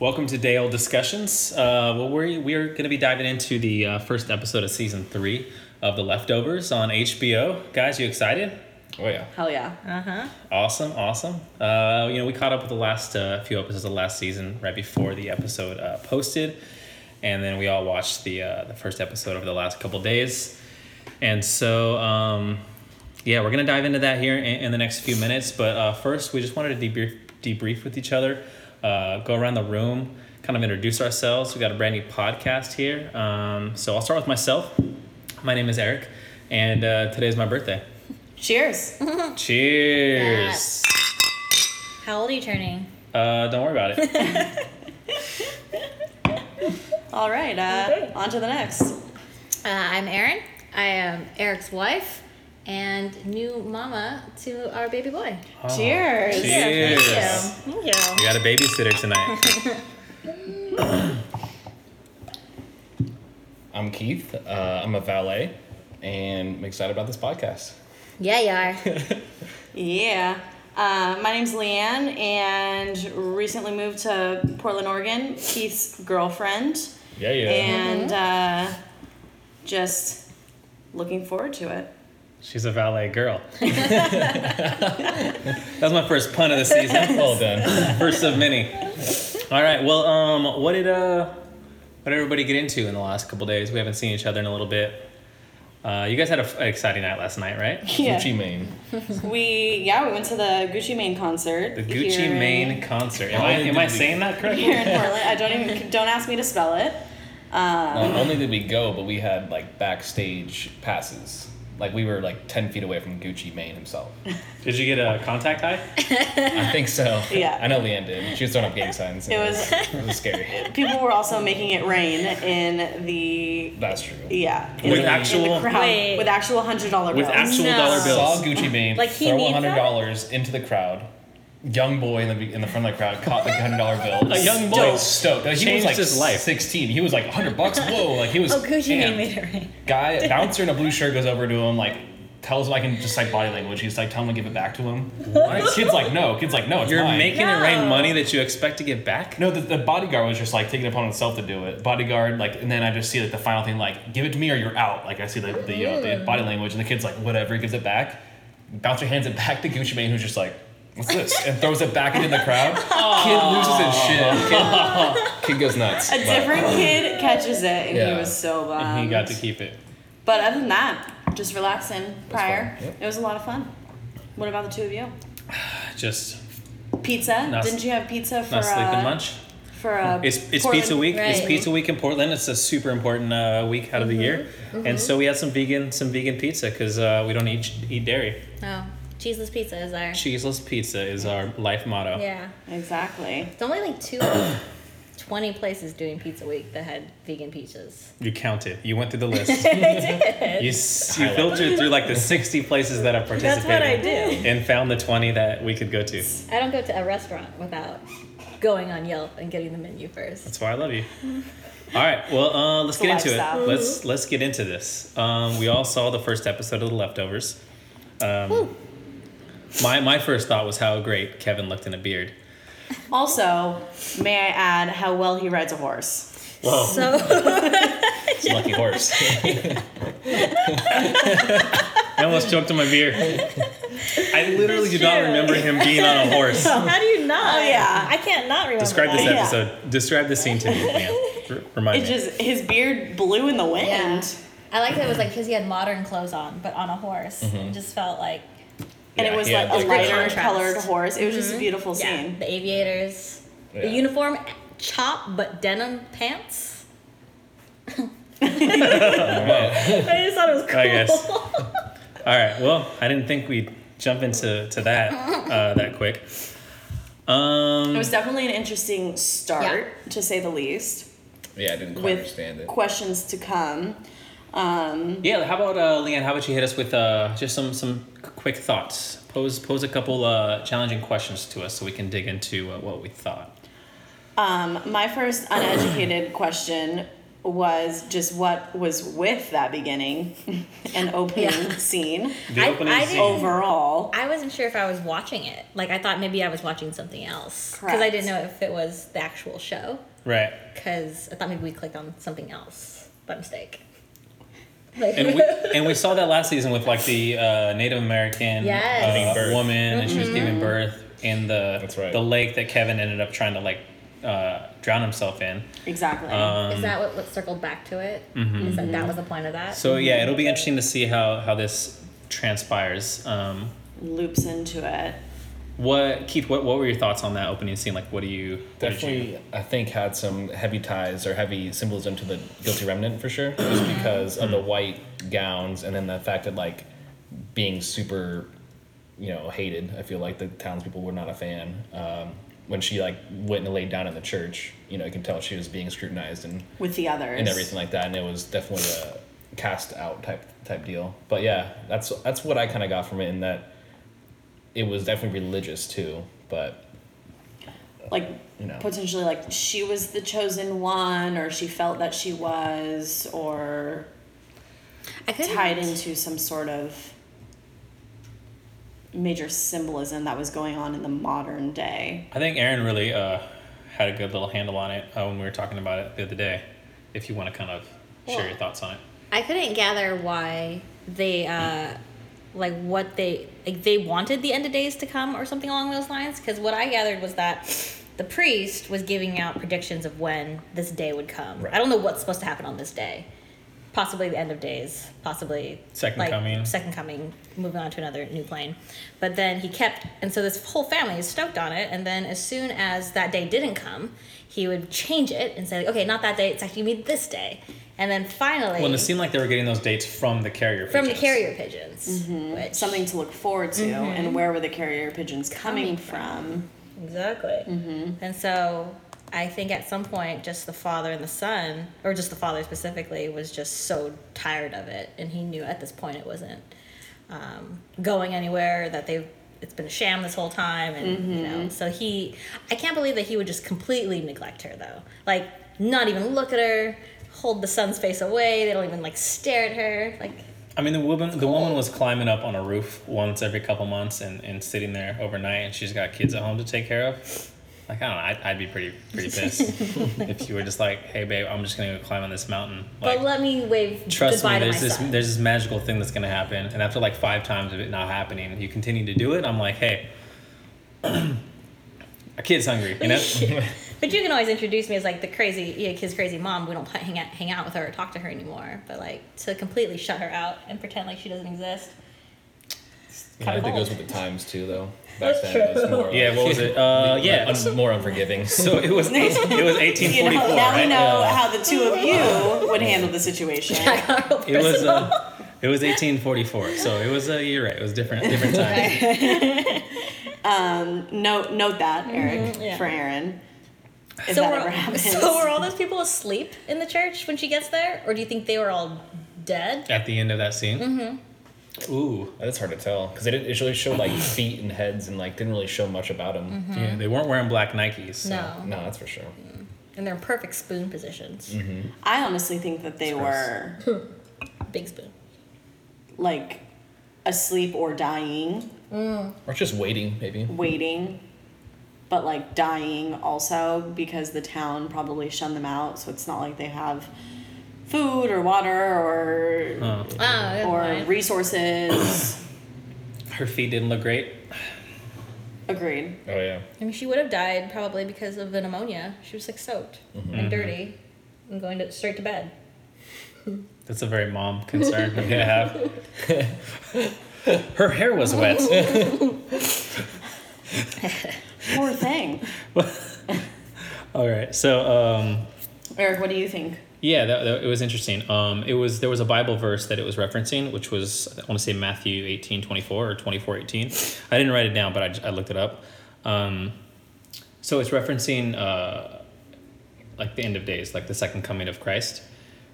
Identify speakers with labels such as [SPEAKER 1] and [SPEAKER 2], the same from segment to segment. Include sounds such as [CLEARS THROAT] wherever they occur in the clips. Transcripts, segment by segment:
[SPEAKER 1] Welcome to Dale Discussions. Uh, well, we're, we are going to be diving into the uh, first episode of season three of The Leftovers on HBO. Guys, you excited?
[SPEAKER 2] Oh yeah.
[SPEAKER 3] Hell yeah. Uh-huh.
[SPEAKER 1] Awesome, awesome. Uh, you know, we caught up with the last uh, few episodes of last season right before the episode uh, posted, and then we all watched the uh, the first episode over the last couple days, and so um, yeah, we're gonna dive into that here in, in the next few minutes. But uh, first, we just wanted to debrief debrief with each other, uh, go around the room, kind of introduce ourselves. We got a brand new podcast here, um, so I'll start with myself. My name is Eric, and uh, today is my birthday.
[SPEAKER 3] Cheers.
[SPEAKER 1] Cheers.
[SPEAKER 4] How old are you turning?
[SPEAKER 1] Uh, don't worry about
[SPEAKER 3] [LAUGHS]
[SPEAKER 1] it.
[SPEAKER 3] All right. Uh,
[SPEAKER 4] Okay.
[SPEAKER 3] On to the next.
[SPEAKER 4] Uh, I'm Erin. I am Eric's wife and new mama to our baby boy.
[SPEAKER 1] Oh,
[SPEAKER 3] Cheers.
[SPEAKER 1] Cheers.
[SPEAKER 4] Thank you. Thank
[SPEAKER 1] We
[SPEAKER 4] you.
[SPEAKER 1] got a babysitter tonight.
[SPEAKER 2] [COUGHS] I'm Keith. Uh, I'm a valet, and I'm excited about this podcast.
[SPEAKER 4] Yeah, you are.
[SPEAKER 3] Yeah. Uh, my name's Leanne, and recently moved to Portland, Oregon. Keith's girlfriend,
[SPEAKER 2] Yeah, yeah.
[SPEAKER 3] and uh, just looking forward to it.
[SPEAKER 1] She's a valet girl. [LAUGHS] That's my first pun of the season.
[SPEAKER 2] well done.
[SPEAKER 1] First of many. All right. Well, um, what did uh, what did everybody get into in the last couple days? We haven't seen each other in a little bit. Uh, you guys had a f- an exciting night last night, right?
[SPEAKER 2] Gucci Mane.
[SPEAKER 3] We yeah we went to the Gucci Mane concert.
[SPEAKER 1] The Gucci
[SPEAKER 3] here in-
[SPEAKER 1] Mane concert. Am I
[SPEAKER 2] Only
[SPEAKER 1] am
[SPEAKER 2] did
[SPEAKER 1] I
[SPEAKER 2] we-
[SPEAKER 1] saying that correctly?
[SPEAKER 3] [LAUGHS] here in Portland. I don't even don't ask me to spell it. Um,
[SPEAKER 2] Not Uh, only did we go, but we had like backstage passes. Like we were like ten feet away from Gucci Mane himself.
[SPEAKER 1] [LAUGHS] Did you get a contact high?
[SPEAKER 2] I think so.
[SPEAKER 3] Yeah.
[SPEAKER 2] I know Leanne did. She was throwing up gang signs.
[SPEAKER 3] It
[SPEAKER 2] and
[SPEAKER 3] was-
[SPEAKER 2] It
[SPEAKER 4] [LAUGHS]
[SPEAKER 2] was scary.
[SPEAKER 3] people were also making it rain in the
[SPEAKER 2] That's true.
[SPEAKER 3] Yeah.
[SPEAKER 1] With
[SPEAKER 3] in the-
[SPEAKER 1] actual-
[SPEAKER 3] in the crowd,
[SPEAKER 4] Wait.
[SPEAKER 3] with actual hundred dollar
[SPEAKER 1] With
[SPEAKER 3] bills.
[SPEAKER 1] actual
[SPEAKER 4] No.
[SPEAKER 1] dollar
[SPEAKER 2] Saw
[SPEAKER 1] bills.
[SPEAKER 2] Gucci Mane
[SPEAKER 4] Like, he
[SPEAKER 2] throw
[SPEAKER 4] needs
[SPEAKER 2] one hundred
[SPEAKER 4] that?
[SPEAKER 2] dollars into the crowd. Young boy in the in the front of the crowd caught the hundred dollar bill.
[SPEAKER 1] A young boy.
[SPEAKER 2] Like, stoked. Like, he
[SPEAKER 1] Changed
[SPEAKER 2] was like
[SPEAKER 1] his life.
[SPEAKER 2] sixteen. He was like hundred bucks. Whoa! Like he was.
[SPEAKER 4] Oh, [LAUGHS] Gucci Mane
[SPEAKER 2] amped.
[SPEAKER 4] made it right. [LAUGHS]
[SPEAKER 2] Guy bouncer in a blue shirt goes over to him like. Tells him I can just like body language. He's like, tell him to give it back to him. Like, kid's like, no. Kid's like, no. It's
[SPEAKER 1] You're
[SPEAKER 2] mine.
[SPEAKER 1] making it
[SPEAKER 4] No.
[SPEAKER 1] rain money that you expect to get back.
[SPEAKER 2] No, the, the bodyguard was just like taking it upon himself to do it. Bodyguard, like, and then I just see like the final thing, like, give it to me or you're out. Like, I see the the, uh,
[SPEAKER 4] Mm.
[SPEAKER 2] the body language, and the kid's like, whatever, gives it back. Bouncer hands it back to Gucci Mane, who's just like, what's this? And throws it back into the crowd. Kid loses his shit. Kid, kid goes
[SPEAKER 4] [LAUGHS]
[SPEAKER 3] [LAUGHS]
[SPEAKER 2] nuts.
[SPEAKER 3] A different kid catches it, and he
[SPEAKER 2] Yeah.
[SPEAKER 3] was so bummed.
[SPEAKER 1] And he got to keep it.
[SPEAKER 3] But other than that, just relaxing. Prior,
[SPEAKER 2] fun, yep.
[SPEAKER 3] it was a lot of fun. What about the two of you?
[SPEAKER 1] Just
[SPEAKER 3] Pizza?
[SPEAKER 1] Not-
[SPEAKER 3] Didn't you have pizza for
[SPEAKER 1] not sleep
[SPEAKER 3] uh,
[SPEAKER 1] and lunch.
[SPEAKER 3] For uh,
[SPEAKER 1] It's, it's
[SPEAKER 3] Portland-
[SPEAKER 1] pizza week. It's
[SPEAKER 4] Right. Mm-hmm,
[SPEAKER 1] pizza week in Portland. It's a super important uh, week out of the year, and so we had some vegan some vegan pizza because uh, we don't eat eat dairy.
[SPEAKER 4] Oh, cheeseless pizza is our.
[SPEAKER 1] Cheeseless pizza is our life motto.
[SPEAKER 4] Yeah.
[SPEAKER 3] Exactly.
[SPEAKER 4] It's only like two, 20 places doing pizza week that had vegan pizzas.
[SPEAKER 1] You counted. You went through the list.
[SPEAKER 4] [LAUGHS]
[SPEAKER 1] You s- you filtered through like the sixty places that have participated.
[SPEAKER 4] do.
[SPEAKER 1] And found the twenty that we could go to.
[SPEAKER 4] I don't go to a restaurant without going on Yelp and getting the menu first.
[SPEAKER 1] That's why I love you. All right, well, uh, let's
[SPEAKER 3] It's a
[SPEAKER 1] get into
[SPEAKER 3] lifestyle.
[SPEAKER 1] it. Let's let's get into this. Um, we all saw the first episode of The Leftovers. Um, my my first thought was how great Kevin looked in a beard.
[SPEAKER 3] Also, may I add how well he rides a horse?
[SPEAKER 1] Whoa.
[SPEAKER 4] So,
[SPEAKER 2] It's
[SPEAKER 3] [LAUGHS]
[SPEAKER 2] a lucky horse.
[SPEAKER 1] I almost choked on my beer.
[SPEAKER 3] [LAUGHS]
[SPEAKER 1] I literally do not
[SPEAKER 4] Sure.
[SPEAKER 1] remember him being on a
[SPEAKER 3] [LAUGHS]
[SPEAKER 1] horse.
[SPEAKER 4] how do you not?
[SPEAKER 3] Oh, yeah.
[SPEAKER 4] I can't not remember.
[SPEAKER 1] Describe this
[SPEAKER 4] that.
[SPEAKER 3] Yeah.
[SPEAKER 1] episode. Describe the scene to me, man. R- Remind
[SPEAKER 3] It
[SPEAKER 1] me.
[SPEAKER 3] just his beard blew in the wind.
[SPEAKER 4] Yeah. I like that it was like because he had modern clothes on, but on a horse.
[SPEAKER 1] Mm-hmm.
[SPEAKER 4] It just felt like
[SPEAKER 3] And
[SPEAKER 2] Yeah,
[SPEAKER 3] it was
[SPEAKER 2] yeah,
[SPEAKER 3] like a
[SPEAKER 2] it's great
[SPEAKER 3] lighter
[SPEAKER 4] contrast.
[SPEAKER 3] colored horse. It was just a beautiful
[SPEAKER 4] yeah,
[SPEAKER 3] scene.
[SPEAKER 4] the aviators,
[SPEAKER 2] Yeah.
[SPEAKER 4] the uniform, chop but denim pants. [LAUGHS] I just thought it was cool.
[SPEAKER 1] I guess. All right. Well, I didn't think we'd jump into to that uh, that quick.
[SPEAKER 3] It
[SPEAKER 1] Um,
[SPEAKER 3] was definitely an interesting start, to say the least,
[SPEAKER 2] yeah, I didn't quite
[SPEAKER 3] with
[SPEAKER 2] understand it.
[SPEAKER 3] questions to come. Um,
[SPEAKER 1] yeah. How about uh, Leanne? How about you hit us with uh, just some some c- quick thoughts? Pose pose a couple uh, challenging questions to us so we can dig into uh, what we thought.
[SPEAKER 2] [CLEARS THROAT]
[SPEAKER 3] um, my first uneducated question was just what was with that beginning [LAUGHS] and opening
[SPEAKER 4] Yeah.
[SPEAKER 3] scene
[SPEAKER 2] The
[SPEAKER 4] I-
[SPEAKER 2] opening
[SPEAKER 4] I
[SPEAKER 2] scene.
[SPEAKER 4] didn't-
[SPEAKER 3] overall.
[SPEAKER 4] I wasn't sure if I was watching it. Like I thought maybe I was watching something else because I
[SPEAKER 3] Correct.
[SPEAKER 4] didn't know if it was the actual show.
[SPEAKER 1] Right.
[SPEAKER 4] Because I thought maybe we clicked on something else by mistake. Like, [LAUGHS]
[SPEAKER 1] And we and we saw that last season with like the uh, Native American
[SPEAKER 4] Yes. Giving
[SPEAKER 1] uh,
[SPEAKER 2] birth.
[SPEAKER 1] woman, and she was giving birth in the
[SPEAKER 2] That's right.
[SPEAKER 1] the lake that Kevin ended up trying to like uh, drown himself in.
[SPEAKER 3] Exactly.
[SPEAKER 2] Uh,
[SPEAKER 4] is that what, what circled back to it? Is that that was the point of that?
[SPEAKER 1] So
[SPEAKER 3] Mm-hmm.
[SPEAKER 1] yeah, it'll be interesting to see how how this transpires. Um,
[SPEAKER 3] Loops into it.
[SPEAKER 1] what Keith? What what were your thoughts on that opening scene? Like, what do you what did you-
[SPEAKER 2] definitely i think had some heavy ties or heavy symbolism to the guilty remnant for sure just because of the
[SPEAKER 1] Mm-hmm.
[SPEAKER 2] white gowns and then the fact that like being super you know hated i feel like the townspeople were not a fan um, when she like went and laid down in the church you know you can tell she was being scrutinized and
[SPEAKER 3] with the others
[SPEAKER 2] and everything like that, and it was definitely a cast out type type deal. But yeah, that's that's what I kind of got from it, in that it was definitely religious too. But
[SPEAKER 3] Like
[SPEAKER 2] You know.
[SPEAKER 3] potentially, like she was the chosen one, or she felt that she was, or
[SPEAKER 4] I couldn't.
[SPEAKER 3] tied into some sort of major symbolism that was going on in the modern day.
[SPEAKER 1] I think Aaron really uh, had a good little handle on it uh, when we were talking about it the other day. If you want to kind of share
[SPEAKER 4] Well-
[SPEAKER 1] your thoughts on it,
[SPEAKER 4] I couldn't gather why they uh like what they like they wanted the end of days to come or something along those lines because what I gathered was that the priest was giving out predictions of when this day would come.
[SPEAKER 2] Right.
[SPEAKER 4] I don't know what's supposed to happen on this day. Possibly the end of days, possibly
[SPEAKER 1] Second coming.
[SPEAKER 4] Second coming, moving on to another new plane. But then he kept, and so this whole family is stoked on it. And then as soon as that day didn't come, he would change it and say, like, okay, not that day. It's actually gonna be this day. And then finally,
[SPEAKER 1] well, and it seemed like they were getting those dates from the carrier.
[SPEAKER 4] from the
[SPEAKER 1] pigeons. Mm-hmm.
[SPEAKER 4] carrier pigeons. Which,
[SPEAKER 3] Something to look forward to,
[SPEAKER 4] Mm-hmm.
[SPEAKER 3] and where were the carrier pigeons coming, from?
[SPEAKER 4] Exactly.
[SPEAKER 1] Mm-hmm.
[SPEAKER 4] And so I think at some point, just the father and the son, or just the father specifically, was just so tired of it, and he knew at this point it wasn't um, going anywhere. That they, it's been a sham this whole time, and
[SPEAKER 1] Mm-hmm.
[SPEAKER 4] you know. So he, I can't believe that he would just completely neglect her though. Like not even look at her, hold the son's face away. They don't even like stare at her. Like
[SPEAKER 1] I mean, the woman the woman was climbing up on a roof once every couple months and, and sitting there overnight, and she's got kids at home to take care of. Like I don't know, I'd, I'd be pretty
[SPEAKER 4] [LAUGHS]
[SPEAKER 1] pretty pissed if you were just like, hey babe, I'm just gonna go climb on this mountain. Like,
[SPEAKER 4] but let me wave
[SPEAKER 1] trust
[SPEAKER 4] goodbye
[SPEAKER 1] me,
[SPEAKER 4] to
[SPEAKER 1] there's
[SPEAKER 4] my
[SPEAKER 1] this
[SPEAKER 4] son.
[SPEAKER 1] there's this magical thing that's gonna happen, and after like five times of it not happening, you continue to do it. I'm like, hey, [CLEARS THROAT] a kid's hungry,
[SPEAKER 3] [LAUGHS]
[SPEAKER 1] you know.
[SPEAKER 4] But you can always introduce me as like the crazy, yeah, his crazy mom. We don't pl- hang out, hang out with her or talk to her anymore. But like to completely shut her out and pretend like she doesn't exist.
[SPEAKER 2] yeah, I think it
[SPEAKER 4] Kinda [LAUGHS]
[SPEAKER 2] goes
[SPEAKER 4] cold.
[SPEAKER 2] with the times too, though. Back
[SPEAKER 4] That's
[SPEAKER 2] then, it was
[SPEAKER 1] [LAUGHS]
[SPEAKER 4] true.
[SPEAKER 2] more like-
[SPEAKER 1] Yeah, what was
[SPEAKER 2] [LAUGHS]
[SPEAKER 1] it?
[SPEAKER 3] [LAUGHS]
[SPEAKER 1] Uh,
[SPEAKER 2] like,
[SPEAKER 1] yeah.
[SPEAKER 2] un- more unforgiving. [LAUGHS]
[SPEAKER 1] So it was eight- it was 1844,
[SPEAKER 3] You know, now
[SPEAKER 1] right?
[SPEAKER 3] we know
[SPEAKER 1] Yeah.
[SPEAKER 3] how the two of
[SPEAKER 4] [LAUGHS]
[SPEAKER 3] you would handle the situation.
[SPEAKER 1] It was uh, it was 1844, so it was uh, you're right. It was different
[SPEAKER 3] [LAUGHS]
[SPEAKER 1] different time.
[SPEAKER 3] Note note that, Eric,
[SPEAKER 4] Mm-hmm. yeah.
[SPEAKER 3] for Aaron. If
[SPEAKER 4] [LAUGHS] so,
[SPEAKER 3] that
[SPEAKER 4] were,
[SPEAKER 3] ever happens.
[SPEAKER 4] so were all those people asleep in the church when she gets there, or do you think they were all dead?
[SPEAKER 1] At the end of that scene. Mm-hmm. [LAUGHS] Ooh.
[SPEAKER 2] That's hard to tell because it didn't. It
[SPEAKER 1] [CLEARS THROAT]
[SPEAKER 2] really showed like feet and heads and like didn't really show much about them.
[SPEAKER 1] Yeah, they weren't wearing black Nikes. so-
[SPEAKER 4] No,
[SPEAKER 2] No, that's for sure.
[SPEAKER 4] and they're in perfect spoon positions.
[SPEAKER 3] I honestly think that they were
[SPEAKER 4] Big spoon.
[SPEAKER 3] like asleep or dying,
[SPEAKER 2] Or just waiting, maybe.
[SPEAKER 3] waiting, but like dying also because the town probably shunned them out. So it's not like they have food or water or
[SPEAKER 1] Huh.
[SPEAKER 4] Oh, good
[SPEAKER 3] or
[SPEAKER 4] point.
[SPEAKER 3] resources.
[SPEAKER 1] Her feet didn't look great.
[SPEAKER 3] Agreed.
[SPEAKER 2] Oh yeah.
[SPEAKER 4] I mean, she would have died probably because of the pneumonia. She was like soaked and dirty, and going to, straight to bed.
[SPEAKER 1] That's a very mom concern I'm gonna
[SPEAKER 3] [LAUGHS]
[SPEAKER 1] have. [LAUGHS] Her hair was wet.
[SPEAKER 3] Poor thing.
[SPEAKER 1] All right. So um,
[SPEAKER 3] Eric, what do you think?
[SPEAKER 1] yeah, that, that- it was interesting. Um, it was there was a Bible verse that it was referencing, which was I want to say Matthew 18, 24 or 24, 18. I didn't write it down, but I, j- I looked it up. Um, so it's referencing uh, like the end of days, like the second coming of Christ.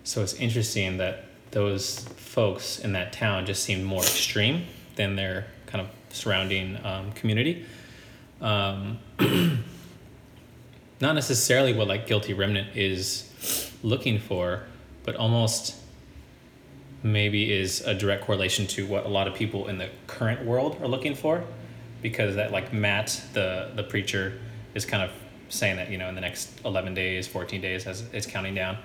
[SPEAKER 1] So it's interesting that those folks in that town just seemed more extreme than their kind of surrounding um, community. Um, not necessarily what like guilty remnant is looking for, but almost maybe is a direct correlation to what a lot of people in the current world are looking for because that like Matt the the preacher is kind of saying that you know in the next 11 days 14 days as it's counting down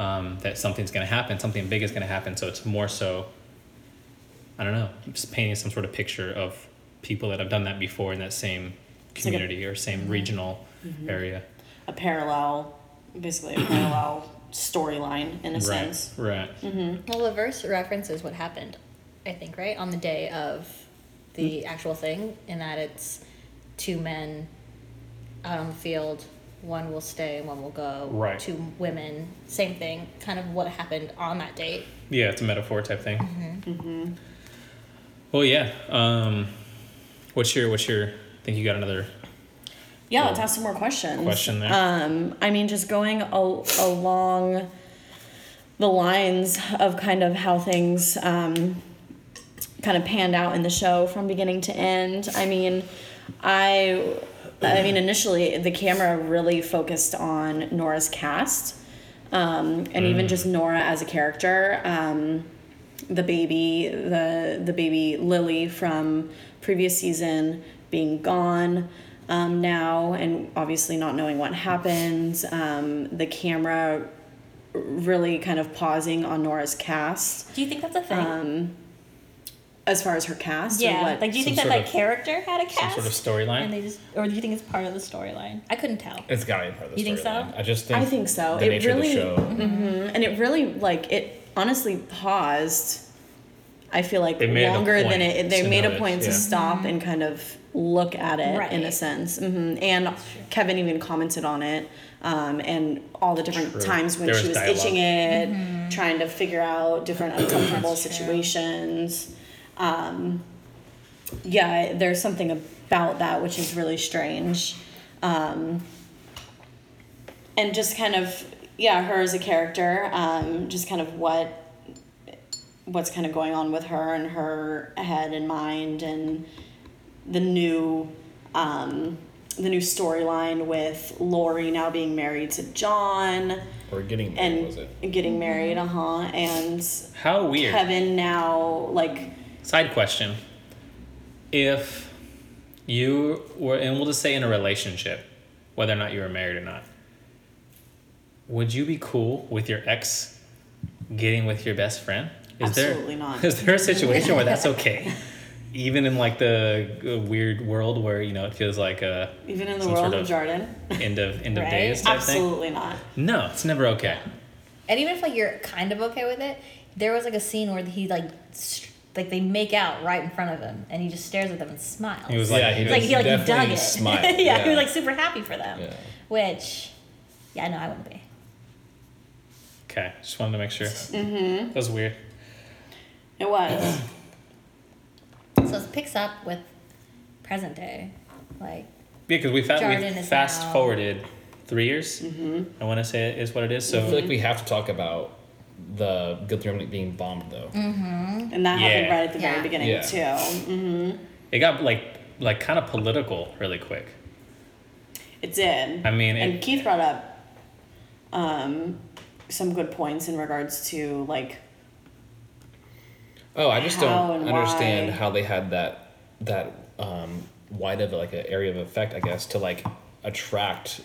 [SPEAKER 1] um, that something's going to happen something big is going to happen so it's more so I don't know just painting some sort of picture of people that have done that before in that same
[SPEAKER 3] like a- Mm-hmm.
[SPEAKER 1] community or same regional area
[SPEAKER 3] a parallel, basically a parallel storyline in a sense.
[SPEAKER 1] right right
[SPEAKER 4] Well, the verse references what happened, I think, right? On the day of the
[SPEAKER 1] Hmm.
[SPEAKER 4] actual thing, in that it's two men out on the field, one will stay and one will go.
[SPEAKER 1] Right.
[SPEAKER 4] Two women, same thing, kind of what happened on that date.
[SPEAKER 1] yeah it's a metaphor type thing
[SPEAKER 3] Mm-hmm.
[SPEAKER 1] Mm-hmm. well yeah um, what's your what's your I think you got another
[SPEAKER 3] Yeah, let's ask some more questions.
[SPEAKER 1] question there
[SPEAKER 3] Um, I mean, just going al- along the lines of kind of how things um, kind of panned out in the show from beginning to end. I mean, I, I mean, initially the camera really focused on Nora's cast, um, and
[SPEAKER 1] Mm.
[SPEAKER 3] even just Nora as a character. Um, the baby, the the baby Lily from previous season being gone um, now, and obviously not knowing what happened. Um, the camera really kind of pausing on Nora's cast
[SPEAKER 5] Do you think that's a thing?
[SPEAKER 3] as far as her cast. or
[SPEAKER 5] yeah.
[SPEAKER 3] what-
[SPEAKER 5] Like, do you
[SPEAKER 1] Some
[SPEAKER 5] think that
[SPEAKER 1] sort
[SPEAKER 5] that
[SPEAKER 1] of-
[SPEAKER 5] character had a
[SPEAKER 1] some
[SPEAKER 5] cast?
[SPEAKER 1] sort of
[SPEAKER 5] and
[SPEAKER 1] storyline
[SPEAKER 5] they just, or do you think it's part of the storyline?
[SPEAKER 4] I couldn't tell.
[SPEAKER 2] It's got to be part of the
[SPEAKER 5] You think so?
[SPEAKER 2] storyline. I just think
[SPEAKER 3] I think so.
[SPEAKER 2] The
[SPEAKER 3] it
[SPEAKER 2] nature
[SPEAKER 3] really,
[SPEAKER 2] of the show.
[SPEAKER 3] Mhm. and it really like it honestly paused. I feel like
[SPEAKER 1] They made a
[SPEAKER 3] longer
[SPEAKER 1] point
[SPEAKER 3] than it. They
[SPEAKER 1] to
[SPEAKER 3] made a
[SPEAKER 1] notice,
[SPEAKER 3] point to
[SPEAKER 1] yeah.
[SPEAKER 3] stop and kind of look at it in a
[SPEAKER 5] Right.
[SPEAKER 3] sense. hmm And Kevin even commented on it, um, and all the different
[SPEAKER 1] True.
[SPEAKER 3] times when
[SPEAKER 1] There
[SPEAKER 3] she
[SPEAKER 1] was
[SPEAKER 3] was
[SPEAKER 1] dialogue.
[SPEAKER 3] itching it, trying to figure out different uncomfortable situations. Um, yeah, there's something about that which is really strange. Um, and just kind of yeah her as a character um, just kind of what what's kind of going on with her and her head and mind and the new um, the new storyline with Lori now being married to John
[SPEAKER 2] Or getting married,
[SPEAKER 3] and
[SPEAKER 2] was it?
[SPEAKER 3] getting married uh huh and
[SPEAKER 1] how weird
[SPEAKER 3] Kevin now like
[SPEAKER 1] Side question. If you were, and we'll just say in a relationship, whether or not you were married or not, would you be cool with your ex getting with your best friend? Is there,
[SPEAKER 3] Absolutely
[SPEAKER 1] [LAUGHS]
[SPEAKER 3] not.
[SPEAKER 1] Is there a situation where that's okay? [LAUGHS] Even in like the uh, weird world where, you know, it feels like
[SPEAKER 3] [LAUGHS]
[SPEAKER 1] a
[SPEAKER 3] even in the
[SPEAKER 1] Some
[SPEAKER 3] world
[SPEAKER 1] sort
[SPEAKER 3] of
[SPEAKER 1] of-
[SPEAKER 3] Jordan
[SPEAKER 1] end of, end of
[SPEAKER 4] Right?
[SPEAKER 1] days type
[SPEAKER 3] absolutely not
[SPEAKER 1] thing. No, it's never okay.
[SPEAKER 4] And even if like you're kind of okay with it, there was like a scene where he like st- like they make out right in front of him, and he just stares at them and smiles.
[SPEAKER 1] He was
[SPEAKER 2] Yeah,
[SPEAKER 1] like,
[SPEAKER 2] he
[SPEAKER 4] It's like he like he dug
[SPEAKER 2] definitely
[SPEAKER 4] it. [LAUGHS]
[SPEAKER 2] smiled,
[SPEAKER 4] yeah, he
[SPEAKER 2] yeah.
[SPEAKER 4] was like super happy for them.
[SPEAKER 2] Yeah.
[SPEAKER 4] Which, yeah, no, I wouldn't be.
[SPEAKER 1] okay, just wanted to make sure. Mm-hmm. That was weird.
[SPEAKER 3] it was
[SPEAKER 4] So it picks up with present day, like
[SPEAKER 1] Yeah, because we, fa-
[SPEAKER 4] Jordan
[SPEAKER 1] we
[SPEAKER 4] is
[SPEAKER 1] fast
[SPEAKER 4] now-
[SPEAKER 1] forwarded three years. Mm-hmm. I want to say it is what it is.
[SPEAKER 2] I feel
[SPEAKER 1] So
[SPEAKER 2] like we have to talk about the Guilty Remnant being bombed though.
[SPEAKER 3] Mm. and that happened
[SPEAKER 1] Yeah.
[SPEAKER 3] right at the very
[SPEAKER 4] Yeah.
[SPEAKER 3] beginning
[SPEAKER 2] Yeah.
[SPEAKER 3] too Mm-hmm.
[SPEAKER 1] it got like like kind of political really quick.
[SPEAKER 3] It did.
[SPEAKER 1] I mean,
[SPEAKER 3] and
[SPEAKER 1] it-
[SPEAKER 3] Keith brought up um, some good points in regards to like
[SPEAKER 2] Oh, I just
[SPEAKER 3] How
[SPEAKER 2] don't
[SPEAKER 3] and
[SPEAKER 2] understand
[SPEAKER 3] why?
[SPEAKER 2] how they had that that um, wide of like an area of effect, I guess, to like attract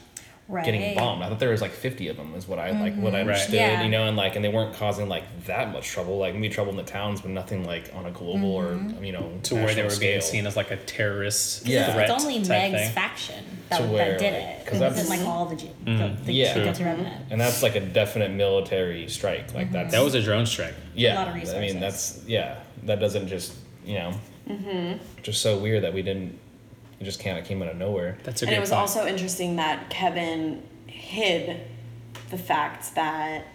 [SPEAKER 4] right.
[SPEAKER 2] getting bombed. I thought there was like fifty of them, is what I like, what I
[SPEAKER 3] Mm-hmm.
[SPEAKER 2] understood,
[SPEAKER 4] Yeah.
[SPEAKER 2] you know, and like, and they weren't causing like that much trouble, like maybe trouble in the towns, but nothing like on a global
[SPEAKER 3] Mm-hmm.
[SPEAKER 2] or you know
[SPEAKER 1] to where they
[SPEAKER 2] national
[SPEAKER 1] were
[SPEAKER 2] scale.
[SPEAKER 1] being seen as like a terrorist
[SPEAKER 2] Yeah.
[SPEAKER 1] threat
[SPEAKER 4] It's only
[SPEAKER 1] type
[SPEAKER 4] Meg's
[SPEAKER 1] thing.
[SPEAKER 4] faction that,
[SPEAKER 2] To
[SPEAKER 4] that
[SPEAKER 2] where,
[SPEAKER 4] did
[SPEAKER 2] like-
[SPEAKER 4] it. It wasn't
[SPEAKER 2] 'cause that's- Mm-hmm.
[SPEAKER 4] like all the, Ju- the, the
[SPEAKER 2] Yeah.
[SPEAKER 4] guilty remnant.
[SPEAKER 2] And that's like a definite military strike. Like that's
[SPEAKER 1] that was a drone strike.
[SPEAKER 2] yeah.
[SPEAKER 4] lot of
[SPEAKER 2] I
[SPEAKER 4] resources.
[SPEAKER 2] mean, that's yeah. That doesn't just you know, just so weird that we didn't. It just kind of came out of nowhere.
[SPEAKER 1] That's a
[SPEAKER 3] and
[SPEAKER 1] great
[SPEAKER 3] it was
[SPEAKER 1] point.
[SPEAKER 3] also interesting that Kevin hid the fact that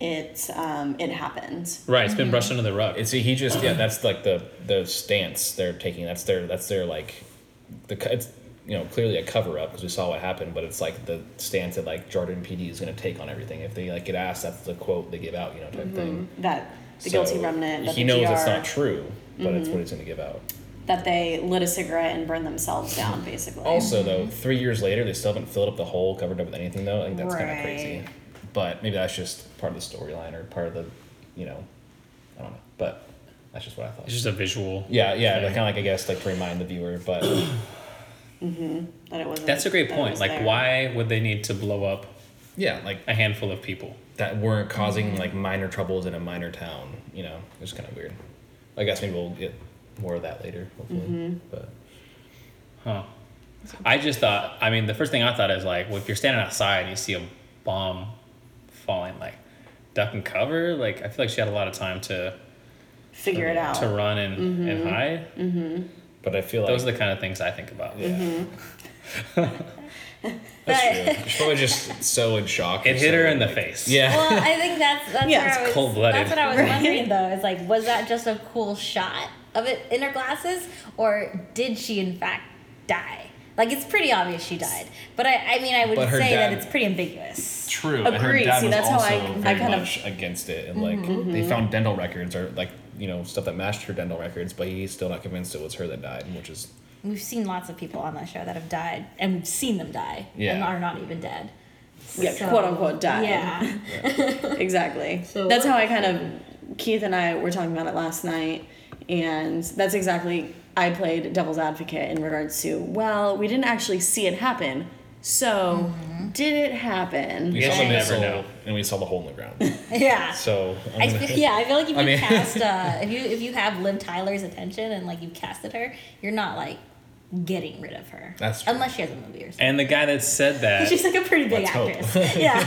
[SPEAKER 3] it um, it happened.
[SPEAKER 1] right. It's been brushed under the rug.
[SPEAKER 2] Uh, It's he just yeah. That's like the the stance they're taking. That's their that's their like the co- it's you know clearly a cover up because we saw what happened. But it's like the stance that like Jordan PD is going to take on everything. If they like get asked, that's the quote they give out. You know type thing.
[SPEAKER 3] That the
[SPEAKER 2] So,
[SPEAKER 3] guilty remnant. That
[SPEAKER 2] He
[SPEAKER 3] the
[SPEAKER 2] knows
[SPEAKER 3] GR,
[SPEAKER 2] it's not true, but it's what he's going to give out.
[SPEAKER 3] that they lit a cigarette and burned themselves down, basically.
[SPEAKER 2] Also, though, three years later, they still haven't filled up the hole, covered up with anything, though. I think that's kind
[SPEAKER 3] Right.
[SPEAKER 2] of crazy. But maybe that's just part of the storyline or part of the, you know, I don't know. But that's just what I thought.
[SPEAKER 1] It's just a visual.
[SPEAKER 2] yeah, yeah, kind of like I guess like to remind the viewer,
[SPEAKER 1] [COUGHS]
[SPEAKER 2] but
[SPEAKER 3] that it wasn't.
[SPEAKER 1] That's a great
[SPEAKER 3] that it
[SPEAKER 1] point.
[SPEAKER 3] was
[SPEAKER 1] Like,
[SPEAKER 3] there.
[SPEAKER 1] why would they need to blow up
[SPEAKER 2] yeah, like
[SPEAKER 1] a handful of people?
[SPEAKER 2] that weren't causing like minor troubles in a minor town. You know, it's kind of weird. I guess maybe we'll get more of that later, hopefully. But
[SPEAKER 1] Huh. I just thought, I mean, the first thing I thought is like, well, if you're standing outside and you see a bomb falling, like, duck and cover. Like, I feel like she had a lot of time to
[SPEAKER 3] Figure it out.
[SPEAKER 1] to run and, and hide.
[SPEAKER 2] but I feel like
[SPEAKER 1] Those are the kind of things I think about.
[SPEAKER 2] yeah. that's true. She's probably just so in shock.
[SPEAKER 1] It
[SPEAKER 2] or
[SPEAKER 1] hit her
[SPEAKER 2] so,
[SPEAKER 1] in the
[SPEAKER 2] like-
[SPEAKER 1] face.
[SPEAKER 4] [LAUGHS]
[SPEAKER 2] Yeah.
[SPEAKER 4] Well, I think that's that's
[SPEAKER 3] Yeah,
[SPEAKER 4] where
[SPEAKER 3] it's
[SPEAKER 4] I was,
[SPEAKER 1] cold-blooded.
[SPEAKER 4] That's what
[SPEAKER 2] [LAUGHS]
[SPEAKER 4] I was
[SPEAKER 3] Right.
[SPEAKER 4] wondering though. Is like, was that just a cool shot of it in her glasses, or did she in fact die? Like, it's pretty obvious she died, but I, I mean, I would
[SPEAKER 2] But her
[SPEAKER 4] say
[SPEAKER 2] dad-
[SPEAKER 4] that it's pretty ambiguous.
[SPEAKER 2] True. And her
[SPEAKER 3] Agreed.
[SPEAKER 2] dad
[SPEAKER 3] See,
[SPEAKER 2] was
[SPEAKER 3] that's how
[SPEAKER 2] also
[SPEAKER 3] I- I
[SPEAKER 2] very
[SPEAKER 3] kind of-
[SPEAKER 2] much against it, and like
[SPEAKER 4] Mm-hmm.
[SPEAKER 2] they found dental records or like you know stuff that matched her dental records, but he's still not convinced it was her that died, which is
[SPEAKER 4] We've seen lots of people on that show that have died, and we've seen them die, and
[SPEAKER 2] Yeah.
[SPEAKER 4] are not even dead.
[SPEAKER 3] Yeah,
[SPEAKER 4] So-
[SPEAKER 3] quote unquote died.
[SPEAKER 4] Yeah, [LAUGHS]
[SPEAKER 3] exactly.
[SPEAKER 4] So-
[SPEAKER 3] that's how I kind of Keith and I were talking about it last night, and that's exactly I played devil's advocate in regards to well, we didn't actually see it happen, so
[SPEAKER 4] Mm-hmm.
[SPEAKER 3] did it happen?
[SPEAKER 2] we
[SPEAKER 1] Yeah,
[SPEAKER 2] saw
[SPEAKER 1] you
[SPEAKER 2] the
[SPEAKER 1] never
[SPEAKER 2] missile
[SPEAKER 1] know.
[SPEAKER 2] and we saw the hole in the
[SPEAKER 4] [LAUGHS]
[SPEAKER 2] ground.
[SPEAKER 4] yeah.
[SPEAKER 2] So I'm
[SPEAKER 4] I
[SPEAKER 2] gonna-
[SPEAKER 4] feel, yeah, I feel like if you
[SPEAKER 2] I mean-
[SPEAKER 4] cast,
[SPEAKER 2] [LAUGHS]
[SPEAKER 4] uh, if you if you have Liv Tyler's attention and like you've casted her, you're not like getting rid of her.
[SPEAKER 2] That's true.
[SPEAKER 4] unless she has a movie or something.
[SPEAKER 1] And the guy that said
[SPEAKER 4] [LAUGHS]
[SPEAKER 1] that,
[SPEAKER 4] She's like a pretty big
[SPEAKER 2] Let's hope.
[SPEAKER 4] actress. [LAUGHS]
[SPEAKER 2] [LAUGHS]
[SPEAKER 4] yeah,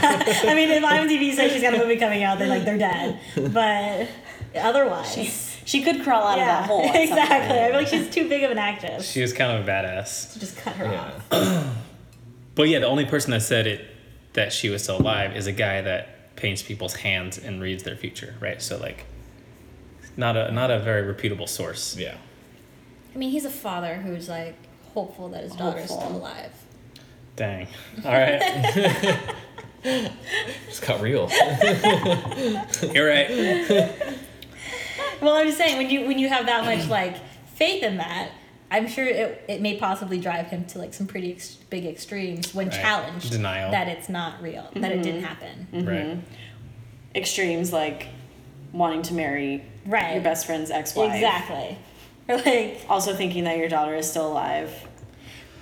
[SPEAKER 4] I mean, if IMDb says she's got a movie coming out, then like they're dead. But otherwise,
[SPEAKER 3] She could crawl out
[SPEAKER 4] yeah,
[SPEAKER 3] of that hole. at some
[SPEAKER 4] [LAUGHS] exactly. I feel like she's too big of an actress.
[SPEAKER 1] she was kind of a badass.
[SPEAKER 4] Just cut her off.
[SPEAKER 2] [LAUGHS] yeah.
[SPEAKER 1] But yeah, the only person that said it that she was still alive is a guy that paints people's hands and reads their future, right? So like, not a not a very reputable source.
[SPEAKER 2] yeah.
[SPEAKER 4] I mean, he's a father who's like hopeful that his daughter's still
[SPEAKER 3] Hopeful.
[SPEAKER 4] alive.
[SPEAKER 1] Dang. All right,
[SPEAKER 2] Just got real.
[SPEAKER 4] [LAUGHS]
[SPEAKER 1] you're right.
[SPEAKER 4] Well, I'm just saying when you when you have that [CLEARS THROAT] much like faith in that. I'm sure it, it may possibly drive him to like some pretty ex- big extremes when
[SPEAKER 1] Right.
[SPEAKER 4] challenged
[SPEAKER 1] Denial.
[SPEAKER 4] that it's not real, that it didn't happen.
[SPEAKER 1] Right.
[SPEAKER 3] extremes like wanting to marry
[SPEAKER 4] Right.
[SPEAKER 3] your best friend's ex-wife
[SPEAKER 4] Exactly. Or like
[SPEAKER 3] also thinking that your daughter is still alive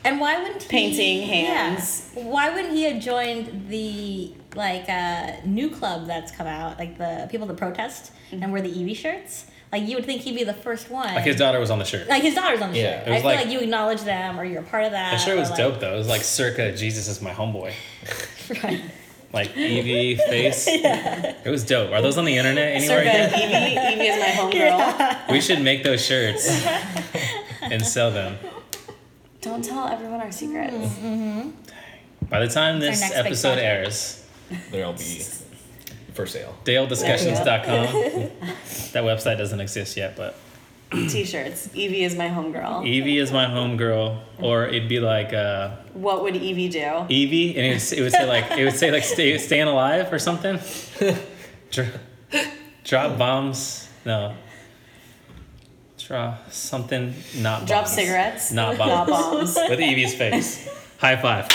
[SPEAKER 4] And why wouldn't
[SPEAKER 3] Painting
[SPEAKER 4] he,
[SPEAKER 3] hands.
[SPEAKER 4] Yeah. Why wouldn't he have joined the like uh, new club that's come out, like the people that protest and wear the Eevee shirts? Like you would think he'd be the first one.
[SPEAKER 1] Like his daughter was on the shirt.
[SPEAKER 4] Like, his daughter's on the
[SPEAKER 2] Yeah,
[SPEAKER 4] shirt.
[SPEAKER 1] it was
[SPEAKER 4] I feel
[SPEAKER 1] like-
[SPEAKER 4] like, you acknowledge them or you're a part of that.
[SPEAKER 1] The shirt
[SPEAKER 4] or,
[SPEAKER 1] was
[SPEAKER 4] Oh, like-
[SPEAKER 1] dope though. It was like circa Jesus is my homeboy.
[SPEAKER 4] [LAUGHS] Right. [LAUGHS]
[SPEAKER 1] Like Evie face. It was dope. Are those on the internet anywhere?
[SPEAKER 3] Circa,
[SPEAKER 1] yet?
[SPEAKER 3] Evie, Evie
[SPEAKER 4] [LAUGHS]
[SPEAKER 3] is my homegirl
[SPEAKER 1] We should make those shirts and sell them.
[SPEAKER 3] don't tell everyone our secrets
[SPEAKER 1] By the time
[SPEAKER 4] That's
[SPEAKER 1] this
[SPEAKER 4] our next big
[SPEAKER 1] episode
[SPEAKER 4] project.
[SPEAKER 1] airs,
[SPEAKER 2] There'll be for sale.
[SPEAKER 1] DaleDiscussions.com. that website doesn't exist yet, but
[SPEAKER 3] t-shirts Evie is my homegirl
[SPEAKER 1] Evie is my homegirl, or it'd be like uh,
[SPEAKER 3] what would Evie do
[SPEAKER 1] Evie, and it would, it would say like it would say like stay, staying alive or something. Dr- drop bombs, no. Drop something, not bombs.
[SPEAKER 3] drop cigarettes
[SPEAKER 1] Not
[SPEAKER 3] not
[SPEAKER 1] bombs.
[SPEAKER 3] bombs
[SPEAKER 1] With Evie's face. High five.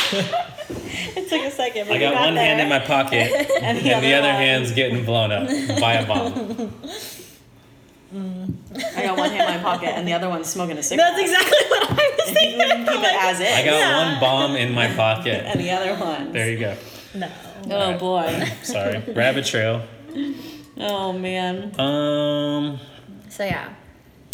[SPEAKER 5] It took a second.
[SPEAKER 4] [LAUGHS]
[SPEAKER 5] But
[SPEAKER 1] I
[SPEAKER 5] we
[SPEAKER 1] got one
[SPEAKER 5] there.
[SPEAKER 1] hand in my pocket, and,
[SPEAKER 3] the
[SPEAKER 1] the
[SPEAKER 3] other
[SPEAKER 1] other
[SPEAKER 3] one-
[SPEAKER 1] hand's getting blown up by a bomb.
[SPEAKER 3] I got one hand in my pocket and the other one's smoking a cigarette
[SPEAKER 5] That's exactly what I was
[SPEAKER 3] you
[SPEAKER 5] thinking.
[SPEAKER 3] wouldn't keep it as is
[SPEAKER 1] I got one bomb in my pocket.
[SPEAKER 3] and the other one
[SPEAKER 1] There you go.
[SPEAKER 4] [LAUGHS] No.
[SPEAKER 3] oh boy
[SPEAKER 1] Sorry. Rabbit trail.
[SPEAKER 3] oh man
[SPEAKER 1] Um.
[SPEAKER 4] So yeah,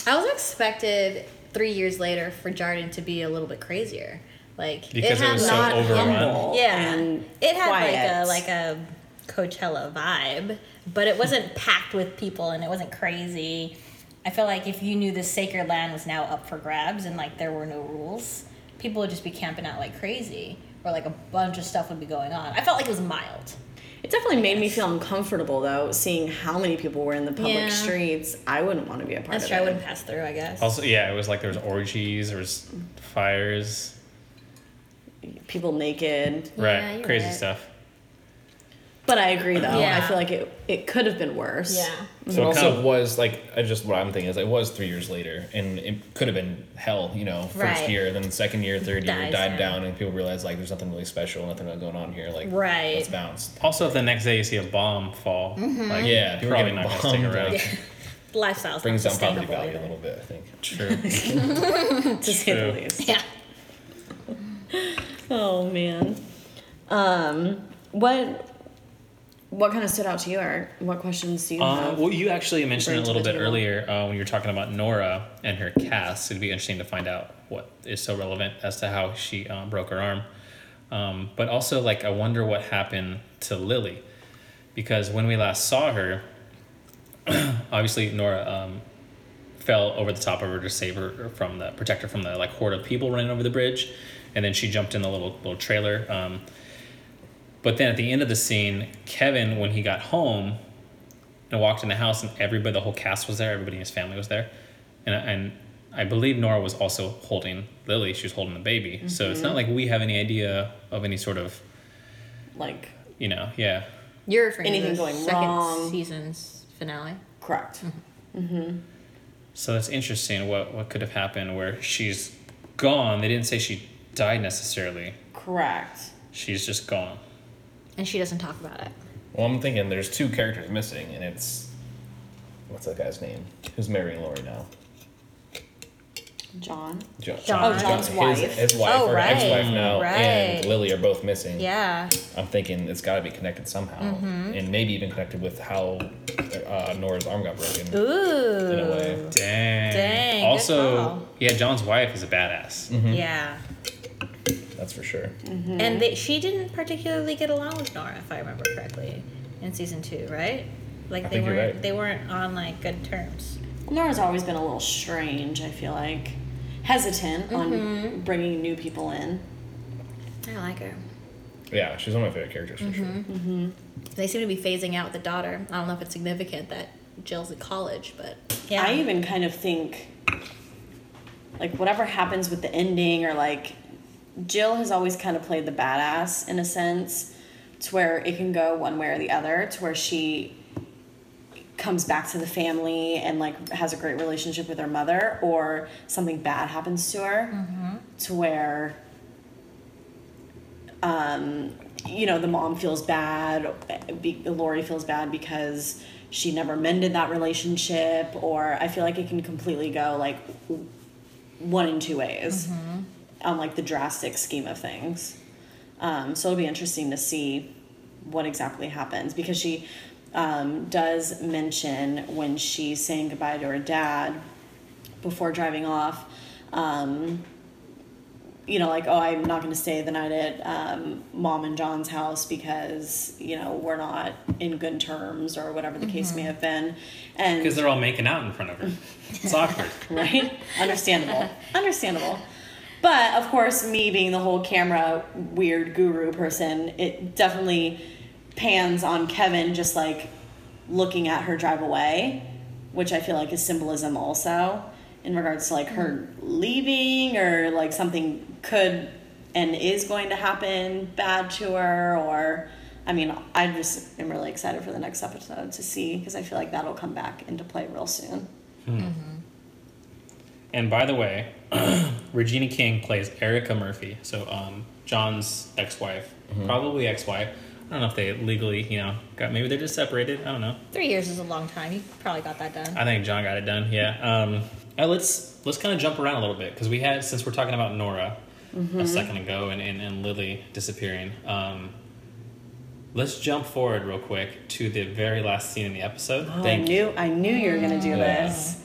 [SPEAKER 4] I was expected three years later for Jarden to be a little bit crazier. Like
[SPEAKER 1] Because it
[SPEAKER 4] had
[SPEAKER 1] was so
[SPEAKER 4] not
[SPEAKER 1] overrun.
[SPEAKER 3] humble
[SPEAKER 4] Yeah,
[SPEAKER 3] Oh, and
[SPEAKER 4] it had
[SPEAKER 3] quiet.
[SPEAKER 4] like a like a Coachella vibe, but it wasn't packed with people and it wasn't crazy. I feel like if you knew this sacred land was now up for grabs and like there were no rules, people would just be camping out like crazy, or like a bunch of stuff would be going on. I felt like it was mild.
[SPEAKER 3] It definitely made me feel uncomfortable though, seeing how many people were in the public
[SPEAKER 4] Yeah.
[SPEAKER 3] streets. I wouldn't want to be a part
[SPEAKER 4] That's
[SPEAKER 3] of
[SPEAKER 4] true. I
[SPEAKER 3] it.
[SPEAKER 4] wouldn't pass through. I guess.
[SPEAKER 1] Also, yeah, it was like there was orgies, there was fires,
[SPEAKER 3] People naked.
[SPEAKER 4] Yeah,
[SPEAKER 1] right?
[SPEAKER 4] you're
[SPEAKER 1] Crazy
[SPEAKER 4] right.
[SPEAKER 1] stuff.
[SPEAKER 3] But I agree though.
[SPEAKER 4] Yeah.
[SPEAKER 3] I feel like it it could have been worse.
[SPEAKER 1] Mhm.
[SPEAKER 4] Yeah.
[SPEAKER 2] So it
[SPEAKER 1] Kind
[SPEAKER 2] also
[SPEAKER 1] of-
[SPEAKER 2] was like I just what I'm thinking is it was three years later, and it could have been hell, you know, first
[SPEAKER 4] Right.
[SPEAKER 2] year, then second year, third year
[SPEAKER 4] Dies
[SPEAKER 2] died
[SPEAKER 4] down.
[SPEAKER 2] down, and people realized like there's nothing really special, nothing really going on here, like
[SPEAKER 4] Right.
[SPEAKER 2] let's bounce.
[SPEAKER 1] Also, if the next day you see a bomb fall,
[SPEAKER 3] Mm-hmm.
[SPEAKER 1] like,
[SPEAKER 2] Yeah, people
[SPEAKER 1] probably
[SPEAKER 2] getting
[SPEAKER 1] not gonna stick
[SPEAKER 2] bombed,
[SPEAKER 1] around.
[SPEAKER 2] like,
[SPEAKER 4] Lifestyle's
[SPEAKER 2] Brings
[SPEAKER 4] not
[SPEAKER 2] down property
[SPEAKER 4] sustainable
[SPEAKER 2] value a
[SPEAKER 4] either.
[SPEAKER 2] little bit, I think.
[SPEAKER 1] True.
[SPEAKER 4] [LAUGHS]
[SPEAKER 3] to say the
[SPEAKER 1] True.
[SPEAKER 3] least.
[SPEAKER 4] Yeah.
[SPEAKER 3] Oh man. Um, what what kind of stood out to you, or what questions do you
[SPEAKER 1] Uh,
[SPEAKER 3] have?
[SPEAKER 1] well, you actually mentioned it
[SPEAKER 3] Bring
[SPEAKER 1] a
[SPEAKER 3] to
[SPEAKER 1] little
[SPEAKER 3] the
[SPEAKER 1] bit
[SPEAKER 3] table.
[SPEAKER 1] earlier uh, when you were talking about Nora and her cast. It'd be interesting to find out what is so relevant as to how she um, broke her arm. Um, but also, like, I wonder what happened to Lily. Because when we last saw her, obviously, Nora um, fell over the top of her to save her from the protect her from the like horde of people running over the bridge, and then she jumped in the little little trailer. Um, but then at the end of the scene, Kevin, when he got home, and I walked in the house, and everybody, the whole cast was there, everybody in his family was there, and and I believe Nora was also holding Lily. She was holding the baby, so
[SPEAKER 4] Mm-hmm.
[SPEAKER 1] it's not like we have any idea of any sort of
[SPEAKER 3] like,
[SPEAKER 1] you know yeah
[SPEAKER 4] You're referring
[SPEAKER 3] Anything
[SPEAKER 4] to the
[SPEAKER 3] going
[SPEAKER 4] second
[SPEAKER 3] wrong.
[SPEAKER 4] season's finale.
[SPEAKER 3] correct.
[SPEAKER 1] So that's interesting. What what could have happened where she's gone? They didn't say she died necessarily.
[SPEAKER 3] Correct.
[SPEAKER 1] She's just gone.
[SPEAKER 4] And she doesn't talk about it.
[SPEAKER 2] Well, I'm thinking there's two characters missing, and it's what's that guy's name? Who's marrying Lori now?
[SPEAKER 3] John.
[SPEAKER 2] John.
[SPEAKER 4] John. Oh,
[SPEAKER 3] John's
[SPEAKER 2] his,
[SPEAKER 3] wife.
[SPEAKER 2] His wife
[SPEAKER 4] Oh,
[SPEAKER 2] or
[SPEAKER 4] right,
[SPEAKER 2] ex-wife now,
[SPEAKER 4] right.
[SPEAKER 2] and Lily are both missing.
[SPEAKER 4] Yeah. Mm-hmm.
[SPEAKER 2] I'm thinking it's got to be connected somehow, and maybe even connected with how uh, Nora's arm got broken
[SPEAKER 4] Ooh.
[SPEAKER 2] in a way.
[SPEAKER 1] Dang.
[SPEAKER 4] Dang, good
[SPEAKER 1] Also,
[SPEAKER 4] call.
[SPEAKER 1] yeah, John's wife is a badass.
[SPEAKER 4] Yeah.
[SPEAKER 2] That's for sure.
[SPEAKER 5] Mm-hmm.
[SPEAKER 4] And they, she didn't particularly get along with Nora, if I remember correctly, in season two, right? Like
[SPEAKER 2] I
[SPEAKER 4] they
[SPEAKER 2] think you're
[SPEAKER 4] weren't
[SPEAKER 2] right.
[SPEAKER 4] they weren't on like good terms.
[SPEAKER 3] Nora's always been a little strange. I feel like hesitant on bringing new people in.
[SPEAKER 4] I like her.
[SPEAKER 2] Yeah, she's one of my favorite characters for sure.
[SPEAKER 3] Mm-hmm.
[SPEAKER 5] They seem to be phasing out the daughter. I don't know if it's significant that Jill's at college, but
[SPEAKER 4] Yeah.
[SPEAKER 3] I even kind of think, like, whatever happens with the ending, or like, Jill has always kind of played the badass in a sense, to where it can go one way or the other, to where she comes back to the family and like has a great relationship with her mother, or something bad happens to her, to where, um, you know, the mom feels bad, be, Lori feels bad because she never mended that relationship, or I feel like it can completely go like w- one in two ways on like the drastic scheme of things. Um, so it'll be interesting to see what exactly happens because she um, does mention when she's saying goodbye to her dad before driving off. Um, you know, like, oh, I'm not going to stay the night at um, mom and John's house because, you know, we're not in good terms or whatever the case may have been. And
[SPEAKER 1] Because they're all making out in front of her. It's awkward.
[SPEAKER 3] right? Understandable. Understandable. But of course, me being the whole camera weird guru person, it definitely pans on Kevin just like looking at her drive away, which I feel like is symbolism also in regards to like her leaving or like something could and is going to happen bad to her or I mean, I just am really excited for the next episode to see because I feel like that'll come back into play real soon.
[SPEAKER 1] And by the way, [CLEARS THROAT] Regina King plays Erica Murphy, so um, John's ex-wife, probably ex-wife. I don't know if they legally, you know, got maybe they're just separated. I don't know.
[SPEAKER 4] Three years is a long time. You probably got that done.
[SPEAKER 1] I think John got it done. Yeah. Um, uh, let's let's kind of jump around a little bit because we had since we're talking about Nora a second ago and, and, and Lily disappearing. Um, let's jump forward real quick to the very last scene in the episode.
[SPEAKER 3] Oh, I
[SPEAKER 1] Thank you.
[SPEAKER 3] knew I knew you were gonna do
[SPEAKER 2] Yeah.
[SPEAKER 3] this.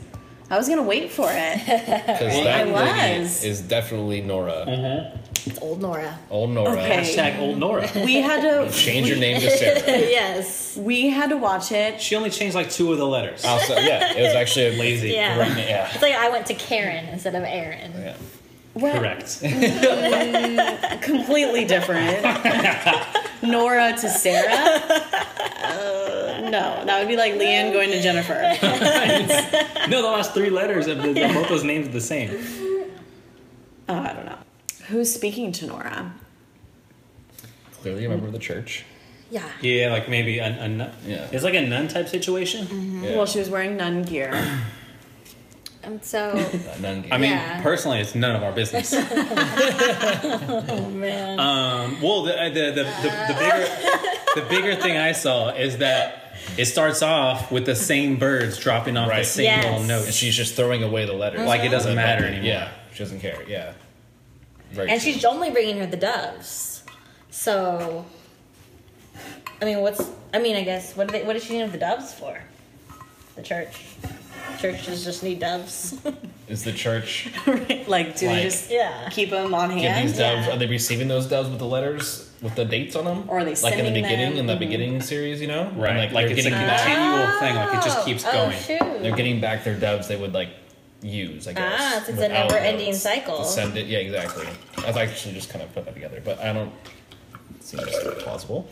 [SPEAKER 3] I was gonna wait for it.
[SPEAKER 2] Because
[SPEAKER 3] I
[SPEAKER 2] that lady
[SPEAKER 3] was.
[SPEAKER 2] is definitely Nora,
[SPEAKER 1] Uh-huh.
[SPEAKER 5] it's old Nora.
[SPEAKER 2] old Nora.
[SPEAKER 3] Okay.
[SPEAKER 1] Hashtag old Nora.
[SPEAKER 3] We had to
[SPEAKER 2] [LAUGHS] Change
[SPEAKER 3] [LAUGHS]
[SPEAKER 2] your name to Sarah.
[SPEAKER 5] [LAUGHS] yes.
[SPEAKER 3] we had to watch it.
[SPEAKER 1] She only changed like two of the letters.
[SPEAKER 2] also, yeah, it was actually a lazy.
[SPEAKER 4] Yeah.
[SPEAKER 2] great name, Yeah.
[SPEAKER 4] It's like I went to Karen instead of Aaron.
[SPEAKER 2] Oh, yeah.
[SPEAKER 1] [LAUGHS]
[SPEAKER 3] Well,
[SPEAKER 1] Correct.
[SPEAKER 3] [LAUGHS] Completely different. Nora to Sarah. Uh, no, that would be like Leanne going to Jennifer.
[SPEAKER 1] no, the last three letters of the, the- both those names are the same.
[SPEAKER 3] Oh, I don't know. Who's speaking to Nora?
[SPEAKER 2] Clearly a member of the church.
[SPEAKER 5] Yeah.
[SPEAKER 1] Yeah, like maybe a, a nun.
[SPEAKER 2] Yeah.
[SPEAKER 6] It's like a nun type situation.
[SPEAKER 1] Mm-hmm.
[SPEAKER 2] Yeah.
[SPEAKER 3] Mm-hmm. Well, she was wearing nun gear. [LAUGHS]
[SPEAKER 5] And so,
[SPEAKER 2] Uh, none gay.
[SPEAKER 1] I mean,
[SPEAKER 5] Yeah.
[SPEAKER 1] personally, it's none of our [LAUGHS] business.
[SPEAKER 4] Oh man.
[SPEAKER 1] Um, well, the, the, the, the, the bigger the bigger thing I saw is that it starts off with the same birds dropping off the
[SPEAKER 2] Right.
[SPEAKER 1] same
[SPEAKER 4] Yes.
[SPEAKER 1] little
[SPEAKER 2] Oh, and
[SPEAKER 1] note.
[SPEAKER 2] she's just throwing away the letters.
[SPEAKER 1] Like it doesn't matter anymore.
[SPEAKER 2] Yeah, she doesn't care. Yeah. Very
[SPEAKER 4] and
[SPEAKER 2] true.
[SPEAKER 4] she's only bringing her the doves. So, I mean, what's? I mean, I guess what do they? What does she need the doves for? The church. Churches just
[SPEAKER 3] [LAUGHS]
[SPEAKER 4] need doves.
[SPEAKER 2] is the church
[SPEAKER 3] right? Like, do they
[SPEAKER 2] Like-
[SPEAKER 3] just
[SPEAKER 4] yeah.
[SPEAKER 3] keep them on
[SPEAKER 2] getting
[SPEAKER 3] hand?
[SPEAKER 2] these doves? Are they receiving those doves with the letters with the dates on them?
[SPEAKER 3] Or are they
[SPEAKER 2] like in the
[SPEAKER 3] sending
[SPEAKER 2] beginning
[SPEAKER 3] them?
[SPEAKER 2] in the
[SPEAKER 3] Mhm.
[SPEAKER 2] beginning series? You know, And,
[SPEAKER 1] Right.
[SPEAKER 2] Like,
[SPEAKER 1] Like,
[SPEAKER 2] they're
[SPEAKER 1] it's a
[SPEAKER 2] getting back.
[SPEAKER 1] continual thing. Like it just
[SPEAKER 4] Oh,
[SPEAKER 1] keeps
[SPEAKER 4] oh,
[SPEAKER 1] going.
[SPEAKER 4] shoot.
[SPEAKER 2] They're getting back their doves they would like use. I guess.
[SPEAKER 4] Ah, so it's a
[SPEAKER 2] without
[SPEAKER 4] never-ending
[SPEAKER 2] notes.
[SPEAKER 4] cycle.
[SPEAKER 2] To Send it. Yeah, exactly. I've actually just kind of put that together, but I don't. Seems plausible.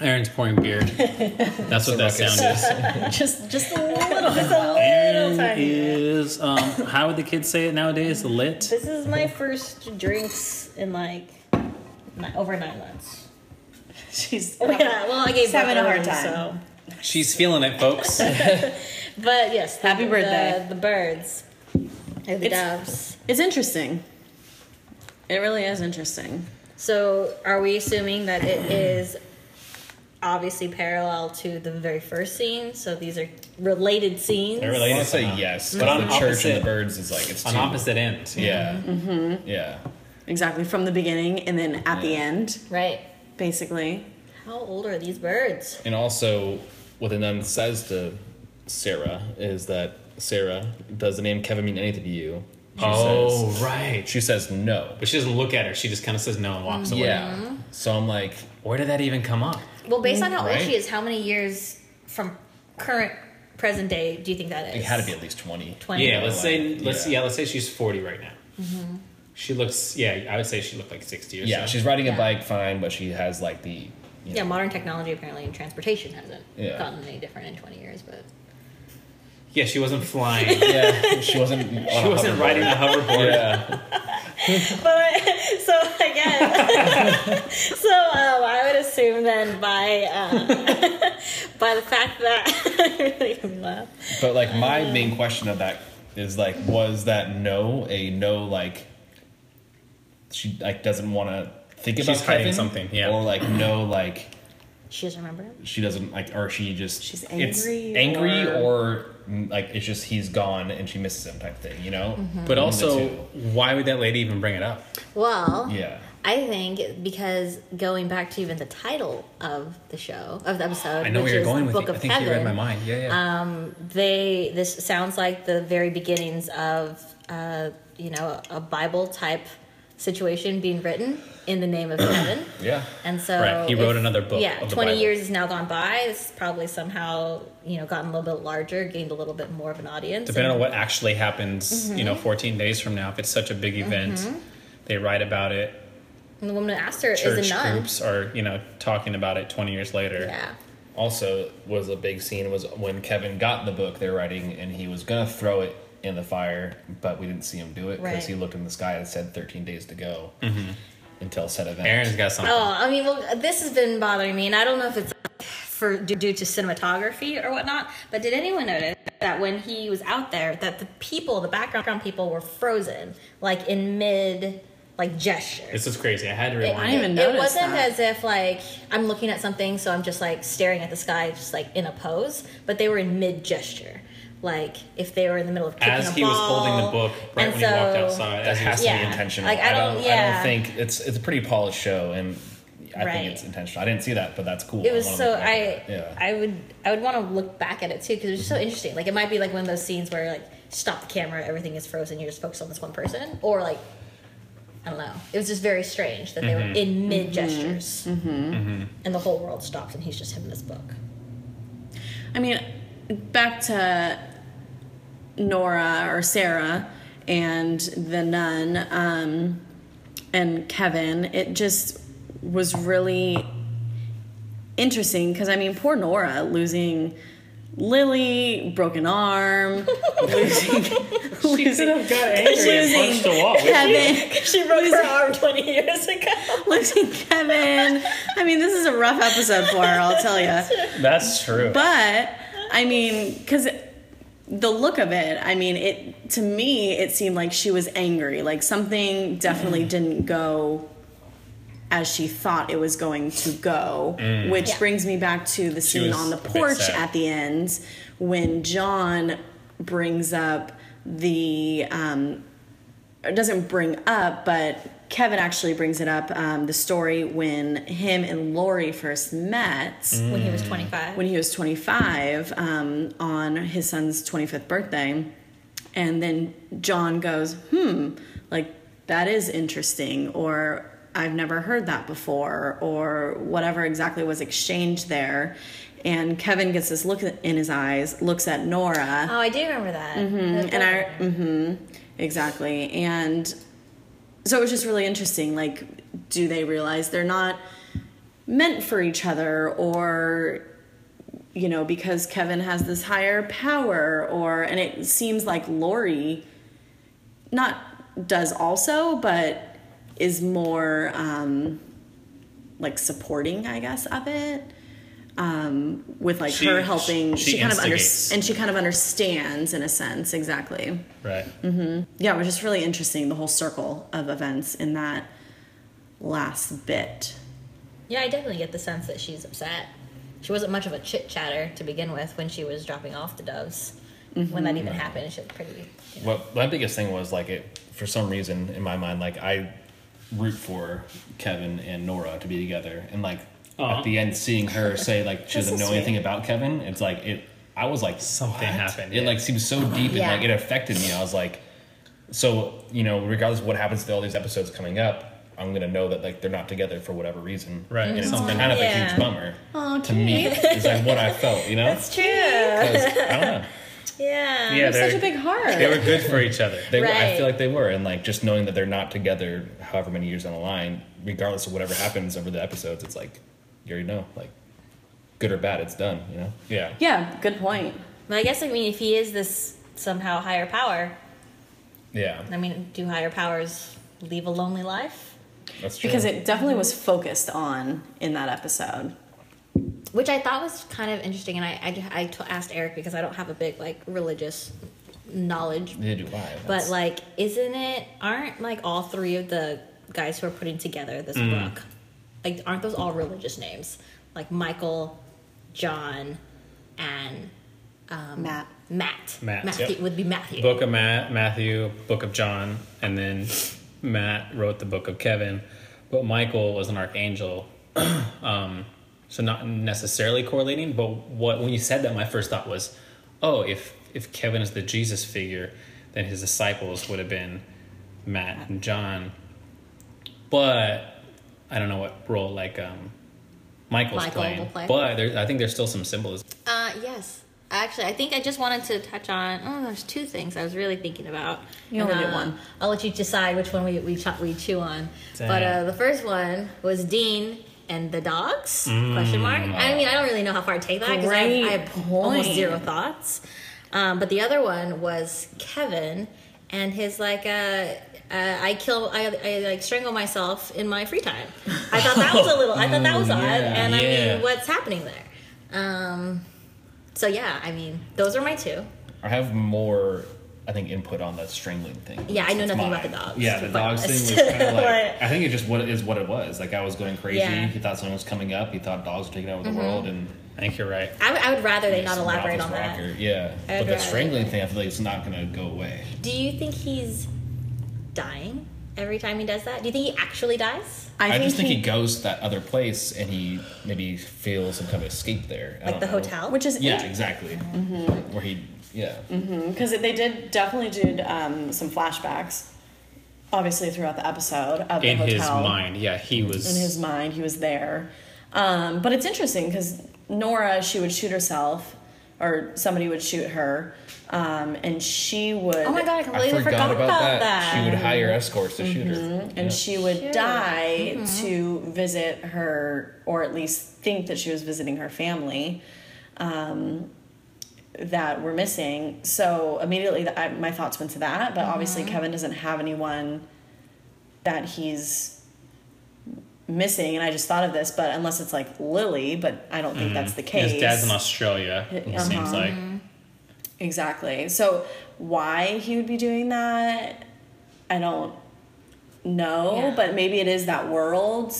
[SPEAKER 1] Aaron's pouring [LAUGHS] beer. That's what that sound
[SPEAKER 2] Seems like it's-
[SPEAKER 1] is.
[SPEAKER 4] Just, just
[SPEAKER 1] [LAUGHS]
[SPEAKER 4] a little, just a little
[SPEAKER 1] Aaron
[SPEAKER 4] tiny.
[SPEAKER 1] is um, how would the kids say it nowadays? Lit.
[SPEAKER 4] This is my first drinks in like ni- over nine months.
[SPEAKER 3] She's
[SPEAKER 4] Oh, Yeah, well, I gave
[SPEAKER 3] She's having a
[SPEAKER 4] birth
[SPEAKER 3] hard
[SPEAKER 4] early,
[SPEAKER 3] time.
[SPEAKER 1] She's feeling it, [LAUGHS] folks.
[SPEAKER 4] So. But yes, the,
[SPEAKER 3] Happy birthday.
[SPEAKER 4] The, the birds, and the
[SPEAKER 3] It's-
[SPEAKER 4] doves.
[SPEAKER 3] It's interesting. It really is interesting.
[SPEAKER 4] So, are we assuming that it is obviously parallel to the very first scene? So these are related scenes.
[SPEAKER 2] I really want to say
[SPEAKER 1] somehow.
[SPEAKER 2] yes,
[SPEAKER 1] Mhm.
[SPEAKER 2] but on
[SPEAKER 1] Mhm.
[SPEAKER 2] the church and
[SPEAKER 1] Opposite.
[SPEAKER 2] the birds is like it's
[SPEAKER 1] On
[SPEAKER 2] too-
[SPEAKER 1] opposite ends.
[SPEAKER 2] Yeah.
[SPEAKER 4] Mm-hmm.
[SPEAKER 2] Yeah.
[SPEAKER 3] Exactly from the beginning and then at the
[SPEAKER 2] Yeah.
[SPEAKER 3] end,
[SPEAKER 4] Right.
[SPEAKER 3] basically.
[SPEAKER 4] How old are these birds?
[SPEAKER 2] And also, what the nun says to Sarah is that Sarah, does the name Kevin mean anything to you? She
[SPEAKER 1] Oh
[SPEAKER 2] Says,
[SPEAKER 1] right.
[SPEAKER 2] she says no.
[SPEAKER 1] But she doesn't look at her. She just kind of says no and walks away.
[SPEAKER 2] Yeah. So I'm like,
[SPEAKER 1] Where did that even come up?
[SPEAKER 5] well, based on how
[SPEAKER 2] Right.
[SPEAKER 5] old she is, how many years?
[SPEAKER 4] From current present day, do you think that is?
[SPEAKER 2] it had to be at least 20.
[SPEAKER 4] 20.
[SPEAKER 1] Yeah, let's say
[SPEAKER 2] like,
[SPEAKER 1] let's yeah. Mm-hmm.
[SPEAKER 2] yeah.
[SPEAKER 1] let's say she's forty right now. She looks yeah, I would say she looked like sixty or
[SPEAKER 2] Yeah,
[SPEAKER 1] so.
[SPEAKER 2] she's riding
[SPEAKER 4] Yeah.
[SPEAKER 2] a bike fine, but she has like the. You
[SPEAKER 4] Yeah,
[SPEAKER 2] know,
[SPEAKER 4] modern technology apparently in transportation hasn't
[SPEAKER 2] Yeah.
[SPEAKER 4] gotten any different in 20 years, but.
[SPEAKER 1] yeah, she wasn't [LAUGHS] flying.
[SPEAKER 2] yeah, she wasn't. on
[SPEAKER 1] [LAUGHS] she
[SPEAKER 2] a
[SPEAKER 1] wasn't
[SPEAKER 2] hoverboard.
[SPEAKER 1] riding a hoverboard.
[SPEAKER 2] Yeah.
[SPEAKER 4] But [LAUGHS] I, so I guess [LAUGHS] so. Um, I would assume then by uh, [LAUGHS] by the fact that [LAUGHS] really made me laugh.
[SPEAKER 2] But like, my main question of that is like, was that no a no like? She like doesn't want to think
[SPEAKER 1] She's
[SPEAKER 2] about
[SPEAKER 1] hiding
[SPEAKER 2] Kevin?
[SPEAKER 1] something, yeah.
[SPEAKER 2] Or like no like.
[SPEAKER 4] She doesn't remember.
[SPEAKER 2] she doesn't like or she just
[SPEAKER 3] She's
[SPEAKER 2] it's
[SPEAKER 3] angry
[SPEAKER 2] angry
[SPEAKER 3] or-
[SPEAKER 2] or, mm, like it's just he's gone and she misses him type thing you know
[SPEAKER 3] Mm-hmm.
[SPEAKER 1] But
[SPEAKER 2] One of the
[SPEAKER 1] also,
[SPEAKER 2] two.
[SPEAKER 1] why would that lady even bring it up?
[SPEAKER 4] Well,
[SPEAKER 2] yeah
[SPEAKER 4] I think because going back to even the title of the show of the episode,
[SPEAKER 1] I know
[SPEAKER 4] which
[SPEAKER 1] where you're
[SPEAKER 4] is
[SPEAKER 1] going with
[SPEAKER 4] Book
[SPEAKER 1] it.
[SPEAKER 4] of
[SPEAKER 1] I think
[SPEAKER 4] Heaven,
[SPEAKER 1] you read my mind. Yeah, yeah.
[SPEAKER 4] they this sounds like the very beginnings of uh, you know a Bible type situation being written in the name of [COUGHS] heaven.
[SPEAKER 2] yeah
[SPEAKER 4] And so
[SPEAKER 1] Right, he wrote another book
[SPEAKER 4] Yeah,
[SPEAKER 1] of the
[SPEAKER 4] twenty
[SPEAKER 1] Bible.
[SPEAKER 4] years has now gone by. It's probably somehow you know gotten a little bit larger, gained a little bit more of an audience.
[SPEAKER 1] Depending
[SPEAKER 4] and-
[SPEAKER 1] on what actually happens, you know,
[SPEAKER 4] Mm-hmm.
[SPEAKER 1] 14 days from now, if it's such a big event, they write about it.
[SPEAKER 4] and the woman who asked her
[SPEAKER 1] Church
[SPEAKER 4] is a nun.
[SPEAKER 1] groups are, you know, talking about it 20 years later.
[SPEAKER 4] Yeah,
[SPEAKER 2] also was a big scene was when kevin got the book they're writing and he was gonna throw it in the fire but we didn't see him do it because
[SPEAKER 4] Right.
[SPEAKER 2] he looked in the sky and said 13 days to go until said event
[SPEAKER 1] Aaron's got something.
[SPEAKER 4] Oh, I mean, well, this has been bothering me, and I don't know if it's for due due to cinematography or whatnot. But did anyone notice that when he was out there, that the people, the background people, were frozen, like in mid, like gesture.
[SPEAKER 1] This is crazy. I had to
[SPEAKER 4] It-
[SPEAKER 1] rewind.
[SPEAKER 3] I didn't even
[SPEAKER 4] it
[SPEAKER 3] notice
[SPEAKER 4] wasn't
[SPEAKER 3] that.
[SPEAKER 4] as if like I'm looking at something, so I'm just like staring at the sky, just like in a pose. But they were in mid gesture, like if they were in the middle of kicking
[SPEAKER 1] As
[SPEAKER 4] a
[SPEAKER 1] he was holding the
[SPEAKER 4] ball.
[SPEAKER 1] book right
[SPEAKER 4] And
[SPEAKER 1] when he walked
[SPEAKER 4] so-
[SPEAKER 1] outside,
[SPEAKER 2] that
[SPEAKER 1] as he was
[SPEAKER 4] [LAUGHS]
[SPEAKER 2] has to
[SPEAKER 4] Yeah.
[SPEAKER 2] be intentional
[SPEAKER 4] Like, I don't-
[SPEAKER 2] I
[SPEAKER 4] yeah.
[SPEAKER 2] don't think it's it's a pretty polished show and i
[SPEAKER 4] Right.
[SPEAKER 2] think it's intentional i didn't see that but that's cool
[SPEAKER 4] It was
[SPEAKER 2] wanna
[SPEAKER 4] so
[SPEAKER 2] look back
[SPEAKER 4] I
[SPEAKER 2] at it. yeah
[SPEAKER 4] I would I would want to look back at it too because it was
[SPEAKER 1] Mm-hmm.
[SPEAKER 4] just so interesting. Like it might be like one of those scenes where like stop the camera, everything is frozen, you're just focused on this one person, or like I don't know. It was just very strange that they were
[SPEAKER 1] Mm-hmm.
[SPEAKER 4] in mid gestures and the whole world stopped and he's just him in this book.
[SPEAKER 3] I mean, back to Nora or Sarah and the nun um, and Kevin, it just was really interesting because I mean,
[SPEAKER 7] [LAUGHS]
[SPEAKER 3] poor Nora losing Lily, broken arm, losing
[SPEAKER 1] She could have got angry and
[SPEAKER 3] losing
[SPEAKER 1] punched the
[SPEAKER 4] [LAUGHS]
[SPEAKER 1] wall.
[SPEAKER 3] Kevin,
[SPEAKER 7] [LAUGHS] she broke her arm 20 years ago.
[SPEAKER 3] [LAUGHS] losing Kevin. I mean, this is a rough episode for her. I'll tell you.
[SPEAKER 1] That's true.
[SPEAKER 3] But I mean, because the look of it, I mean, it to me, it seemed like she was angry. Like something definitely
[SPEAKER 1] Mm.
[SPEAKER 3] didn't go as she thought it was going to go. Which
[SPEAKER 4] Yeah.
[SPEAKER 3] brings me back to the scene
[SPEAKER 1] Mm. was
[SPEAKER 3] on the
[SPEAKER 1] a bit
[SPEAKER 3] porch
[SPEAKER 1] sad.
[SPEAKER 3] at the end when John brings up the um, or doesn't bring up, but Kevin actually brings it up um, the story when him and Lori first met
[SPEAKER 4] when he was
[SPEAKER 1] Mm.
[SPEAKER 4] 25.
[SPEAKER 3] when he was 25 um, on his son's 25th birthday. And then John goes, hmm, like that is interesting, or I've never heard that before, or whatever exactly was exchanged there. And Kevin gets this look in his eyes, looks at Nora.
[SPEAKER 4] oh, I do remember that.
[SPEAKER 3] Mm-hmm. And I, hmm exactly. And so it was just really interesting. Like, do they realize they're not meant for each other or, you know, because Kevin has this higher power or, and it seems like Lori not does also, but is more, um, like supporting, I guess, of it. Um, with like
[SPEAKER 1] She-
[SPEAKER 3] her helping,
[SPEAKER 1] she
[SPEAKER 3] she, kind
[SPEAKER 1] instigates.
[SPEAKER 3] of under, and she kind of understands in a sense, exactly.
[SPEAKER 1] Right.
[SPEAKER 4] Mm-hmm.
[SPEAKER 3] Yeah, it was just really interesting the whole circle of events in that last bit.
[SPEAKER 4] Yeah, I definitely get the sense that she's upset. She wasn't much of a chit chatter to begin with when she was dropping off the doves. When
[SPEAKER 3] Mm-hmm.
[SPEAKER 4] that even happened, she was pretty.
[SPEAKER 2] What my biggest thing was like it for some reason in my mind like I root for Kevin and Nora to be together and like
[SPEAKER 1] Aw.
[SPEAKER 2] at the end seeing her say like she doesn't know anything about Kevin it's like it I was like
[SPEAKER 1] Something
[SPEAKER 2] what?
[SPEAKER 1] happened,
[SPEAKER 2] it
[SPEAKER 1] yeah.
[SPEAKER 2] like seems so deep and
[SPEAKER 4] Yeah.
[SPEAKER 2] like it affected me I was like so you know regardless of what happens to all these episodes coming up I'm gonna know that like they're not together for whatever reason
[SPEAKER 1] Right.
[SPEAKER 2] and it's
[SPEAKER 1] Something-
[SPEAKER 2] kind of a
[SPEAKER 7] Yeah.
[SPEAKER 2] huge bummer to me is like what I felt you know
[SPEAKER 7] It's true. Yeah.
[SPEAKER 2] 'Cause I don't know
[SPEAKER 1] Yeah,
[SPEAKER 3] Such a
[SPEAKER 1] they
[SPEAKER 3] big heart.
[SPEAKER 1] they were good for each other.
[SPEAKER 2] They, were I
[SPEAKER 4] Right.
[SPEAKER 2] feel like they were, and like just knowing that they're not together, however many years down the line, regardless of whatever happens over the episodes, it's like you already know, like good or bad, it's done. You know.
[SPEAKER 1] Yeah.
[SPEAKER 3] yeah, good point.
[SPEAKER 4] But I guess, I mean, if he is this somehow higher power,
[SPEAKER 2] Yeah,
[SPEAKER 4] I mean, do higher powers leave a lonely life?
[SPEAKER 2] that's true.
[SPEAKER 3] Because it definitely was focused on in that episode.
[SPEAKER 4] Which I thought was kind of interesting, and I, I, I t- asked Eric because I don't have a big, like, religious knowledge.
[SPEAKER 2] Neither do I.
[SPEAKER 4] But,
[SPEAKER 2] That's-
[SPEAKER 4] like, isn't it, aren't, like, all three of the guys who are putting together this
[SPEAKER 1] Mm.
[SPEAKER 4] book, like, aren't those all religious names? Like, Michael, John, and
[SPEAKER 3] Matt.
[SPEAKER 4] Um, Matt.
[SPEAKER 1] Matt,
[SPEAKER 4] Matthew
[SPEAKER 1] yep.
[SPEAKER 4] would be Matthew.
[SPEAKER 1] Book of Matt, Matthew, Book of John, and then Matt wrote the Book of Kevin, but Michael was an archangel. [CLEARS THROAT] um, so not necessarily correlating, but what when you said that, my first thought was, oh, if if Kevin is the Jesus figure, then his disciples would have been Matt and John. But I don't know what role like um, Michael's
[SPEAKER 4] Michael will
[SPEAKER 1] playing.
[SPEAKER 4] play.
[SPEAKER 1] But there, I think there's still some symbolism.
[SPEAKER 4] Uh, yes. Actually, I think I just wanted to touch on. Oh, there's two things I was really thinking about.
[SPEAKER 3] You only
[SPEAKER 4] And,
[SPEAKER 3] did
[SPEAKER 4] uh,
[SPEAKER 3] one.
[SPEAKER 4] I'll let you decide which one we we, ch- we chew on. But
[SPEAKER 1] Dang.
[SPEAKER 4] uh, the first one was Dean and the dogs?
[SPEAKER 1] Mm.
[SPEAKER 4] Question mark. I mean, I don't really know how far I take that because I,
[SPEAKER 3] Great
[SPEAKER 4] I have almost
[SPEAKER 3] point.
[SPEAKER 4] zero thoughts. Um, but the other one was Kevin and his like. Uh, uh, I kill. I, I like strangle myself in my free time. I thought that was a little. I thought that was odd. and I
[SPEAKER 1] yeah.
[SPEAKER 4] mean, what's happening there? Um, so yeah, I mean, those are my two.
[SPEAKER 2] I have more, I think, input on the strangling thing.
[SPEAKER 4] Yeah, I know
[SPEAKER 2] It's
[SPEAKER 4] nothing
[SPEAKER 2] mine.
[SPEAKER 4] about the dogs,
[SPEAKER 2] Yeah, the
[SPEAKER 4] but-
[SPEAKER 2] dogs thing was kind of
[SPEAKER 4] [LAUGHS]
[SPEAKER 2] like
[SPEAKER 4] What?
[SPEAKER 2] I think it just what is what it was. Like I was going crazy.
[SPEAKER 4] Yeah.
[SPEAKER 2] He thought something was coming up. He thought dogs were taking over the world, and
[SPEAKER 1] I think you're right.
[SPEAKER 4] I, would- I would rather they not
[SPEAKER 2] Just
[SPEAKER 4] elaborate
[SPEAKER 2] Ralph
[SPEAKER 4] on
[SPEAKER 2] is
[SPEAKER 4] that.
[SPEAKER 2] rocker. Yeah,
[SPEAKER 4] I'd
[SPEAKER 2] but the
[SPEAKER 4] rather-
[SPEAKER 2] strangling thing, I feel like it's not gonna go away.
[SPEAKER 4] Do you think he's dying every time he does that? Do you think he actually dies?
[SPEAKER 2] I, just think he, goes to that other place and he maybe feels some kind of escape there. I
[SPEAKER 4] Like
[SPEAKER 2] don't
[SPEAKER 4] the
[SPEAKER 2] know.
[SPEAKER 4] hotel?
[SPEAKER 3] Which is
[SPEAKER 2] Yeah, exactly. Where he, yeah.
[SPEAKER 3] because they did definitely did um, some flashbacks, obviously throughout the episode of the
[SPEAKER 1] In
[SPEAKER 3] hotel.
[SPEAKER 1] his mind, yeah, he was.
[SPEAKER 3] in his mind he was there um, but it's interesting because nora she would shoot herself or somebody would shoot her um, and she would
[SPEAKER 4] Oh my god, I
[SPEAKER 2] I
[SPEAKER 4] completely
[SPEAKER 2] forgot, about, that. She would
[SPEAKER 4] that.
[SPEAKER 2] hire escorts to shoot her.
[SPEAKER 3] and
[SPEAKER 2] Yeah.
[SPEAKER 3] she would die to visit her or at least think that she was visiting her family um, that were missing. So immediately, th I, my thoughts went to that. But obviously, Kevin doesn't have anyone that he's missing. And I just thought of this, but unless it's like Lily, but I don't think that's the case.
[SPEAKER 1] Mm-hmm. His dad's in Australia. It
[SPEAKER 3] Uh-huh.
[SPEAKER 1] seems like
[SPEAKER 3] Exactly. So why he would be doing that, I don't know.
[SPEAKER 5] Yeah.
[SPEAKER 3] But maybe it is that world.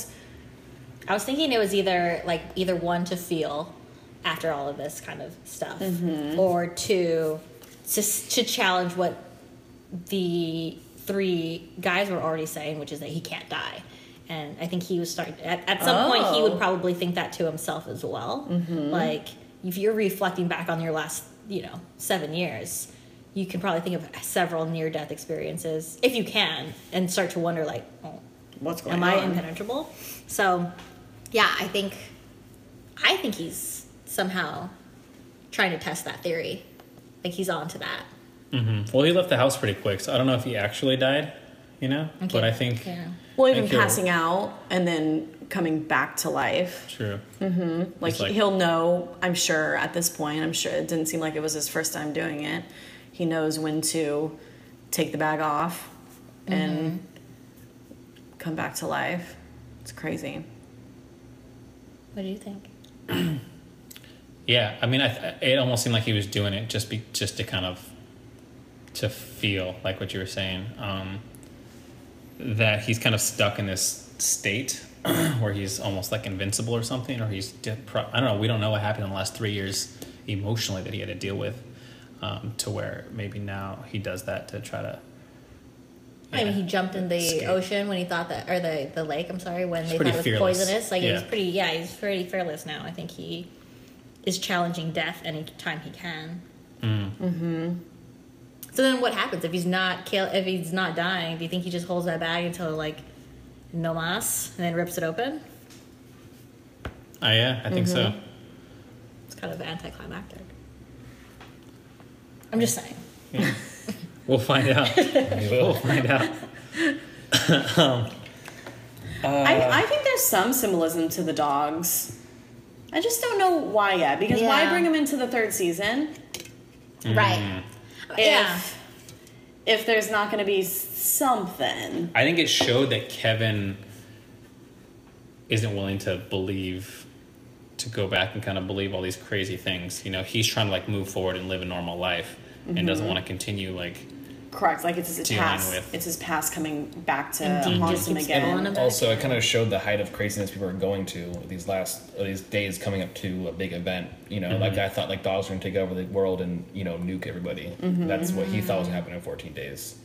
[SPEAKER 4] I was thinking it was either like either one to feel after all of this kind of stuff, or two to s- to challenge what the three guys were already saying, which is that he can't die. And I think he was starting at, at some point he
[SPEAKER 3] Oh.
[SPEAKER 4] would probably think that to himself as well. Like if you're reflecting back on your last, you know, seven years, you can probably think of several near death experiences if you can, and start to wonder like, oh,
[SPEAKER 3] What's going
[SPEAKER 4] am
[SPEAKER 3] on?
[SPEAKER 4] I impenetrable? So
[SPEAKER 5] Yeah, I think, I think he's somehow trying to test that theory. Like he's on to that.
[SPEAKER 1] Well, he left the house pretty quick, so I don't know if he actually died, you know? But I think.
[SPEAKER 5] Yeah.
[SPEAKER 3] well,
[SPEAKER 1] I
[SPEAKER 3] even
[SPEAKER 1] think he'll-
[SPEAKER 3] passing out and then coming back to life.
[SPEAKER 1] True.
[SPEAKER 3] Like,
[SPEAKER 1] It's like-
[SPEAKER 3] he'll know, I'm sure, at this point. I'm sure it didn't seem like it was his first time doing it. He knows when to take the bag off and come back to life. It's crazy.
[SPEAKER 5] What do you think?
[SPEAKER 1] Yeah, I mean, I th- it almost seemed like he was doing it just be, just to kind of to feel like what you were saying um, that he's kind of stuck in this state [CLEARS THROAT] where he's almost like invincible or something, or he's depro- I don't know. We don't know what happened in the last three years emotionally that he had to deal with um, to where maybe now he does that to try to.
[SPEAKER 5] I mean, he jumped in the
[SPEAKER 1] Escape.
[SPEAKER 5] ocean when he thought that, or the, the lake. I'm sorry, when they thought
[SPEAKER 1] pretty
[SPEAKER 5] it was
[SPEAKER 1] fearless.
[SPEAKER 5] poisonous. Like
[SPEAKER 1] Yeah.
[SPEAKER 5] he's pretty, yeah, he's pretty fearless now. I think he is challenging death any time he can. Mm-hmm. Mm. hmm So then, what happens if he's not kill? If he's not dying, do you think he just holds that bag until like no mas, and then rips it open?
[SPEAKER 1] Oh yeah, I think so.
[SPEAKER 5] It's kind of anticlimactic. I'm just saying.
[SPEAKER 1] We'll find out. we will find out. Uh,
[SPEAKER 3] I, I think there's some symbolism to the dogs. I just don't know why yet, because why
[SPEAKER 5] Yeah.
[SPEAKER 3] bring them into the third season
[SPEAKER 1] Mm.
[SPEAKER 5] Right.
[SPEAKER 3] if
[SPEAKER 5] Yeah.
[SPEAKER 3] if there's not going to be something?
[SPEAKER 1] I think it showed that Kevin isn't willing to believe to go back and kind of believe all these crazy things. You know, he's trying to like move forward and live a normal life and
[SPEAKER 3] Mm-hmm.
[SPEAKER 1] doesn't want to continue like
[SPEAKER 3] Correct, like it's his
[SPEAKER 1] Dealing
[SPEAKER 3] past.
[SPEAKER 1] with-
[SPEAKER 3] It's his past coming back to
[SPEAKER 5] Indeed,
[SPEAKER 1] Mm.
[SPEAKER 3] haunt
[SPEAKER 5] just
[SPEAKER 3] him
[SPEAKER 5] keeps
[SPEAKER 3] again.
[SPEAKER 5] going.
[SPEAKER 2] Also, it kind of showed the height of craziness people are going to these last uh, these days coming up to a big event. You know, like I thought, like dogs were going to take over the world and you know nuke everybody. That's what he thought was happening in 14 days.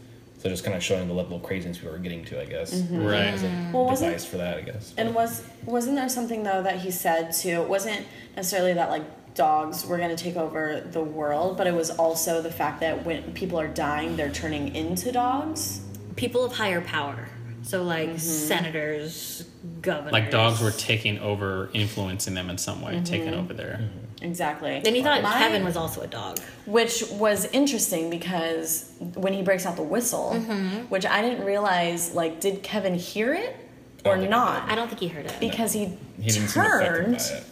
[SPEAKER 2] So just kind of showing the level of craziness people were getting to, I guess.
[SPEAKER 1] Right.
[SPEAKER 2] As a
[SPEAKER 3] Well, wasn't-
[SPEAKER 2] device for that, I guess.
[SPEAKER 3] And was wasn't there something though that he said too? It wasn't necessarily that like dogs were going to take over the world, but it was also the fact that when people are dying, they're turning into dogs.
[SPEAKER 4] people of higher power. So like senators, governors.
[SPEAKER 1] like dogs were taking over, influencing them in some
[SPEAKER 3] Mm-hmm.
[SPEAKER 1] way, taking over their.
[SPEAKER 3] Exactly.
[SPEAKER 4] Then he thought
[SPEAKER 3] My-
[SPEAKER 4] Kevin was also a dog.
[SPEAKER 3] which was interesting because when he breaks out the whistle,
[SPEAKER 4] Mm-hmm.
[SPEAKER 3] which I didn't realize, like, did Kevin hear it or
[SPEAKER 2] think-
[SPEAKER 3] not?
[SPEAKER 4] I don't think he heard it.
[SPEAKER 3] Because he,
[SPEAKER 2] Oh, He didn't seem affected by
[SPEAKER 3] turned,
[SPEAKER 2] it.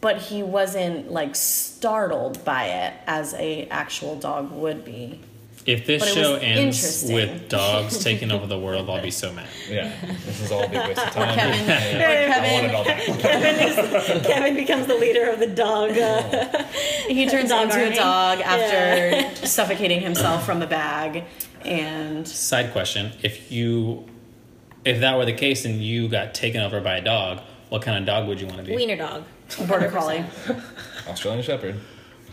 [SPEAKER 3] but he wasn't like startled by it as a actual dog would be.
[SPEAKER 1] If this
[SPEAKER 3] But it was
[SPEAKER 1] show ends
[SPEAKER 3] interesting.
[SPEAKER 1] with
[SPEAKER 3] [LAUGHS]
[SPEAKER 1] dogs taking over the world, I'll be so mad.
[SPEAKER 2] Yeah, this is all a big waste
[SPEAKER 3] [LAUGHS]
[SPEAKER 2] of time. [LAUGHS]
[SPEAKER 3] Kevin-
[SPEAKER 2] Yeah, I wanted all that.
[SPEAKER 4] [LAUGHS] Kevin becomes the leader of the dog. Uh,
[SPEAKER 1] Oh.
[SPEAKER 4] [LAUGHS]
[SPEAKER 3] He turns
[SPEAKER 4] Dog
[SPEAKER 3] into a
[SPEAKER 4] army.
[SPEAKER 3] dog after suffocating himself from the bag, and
[SPEAKER 1] Side question: If you, if that were the case, and you got taken over by a dog, what kind of dog would you want to be?
[SPEAKER 4] wiener dog.
[SPEAKER 3] border collie. [LAUGHS]
[SPEAKER 2] Australian Shepherd.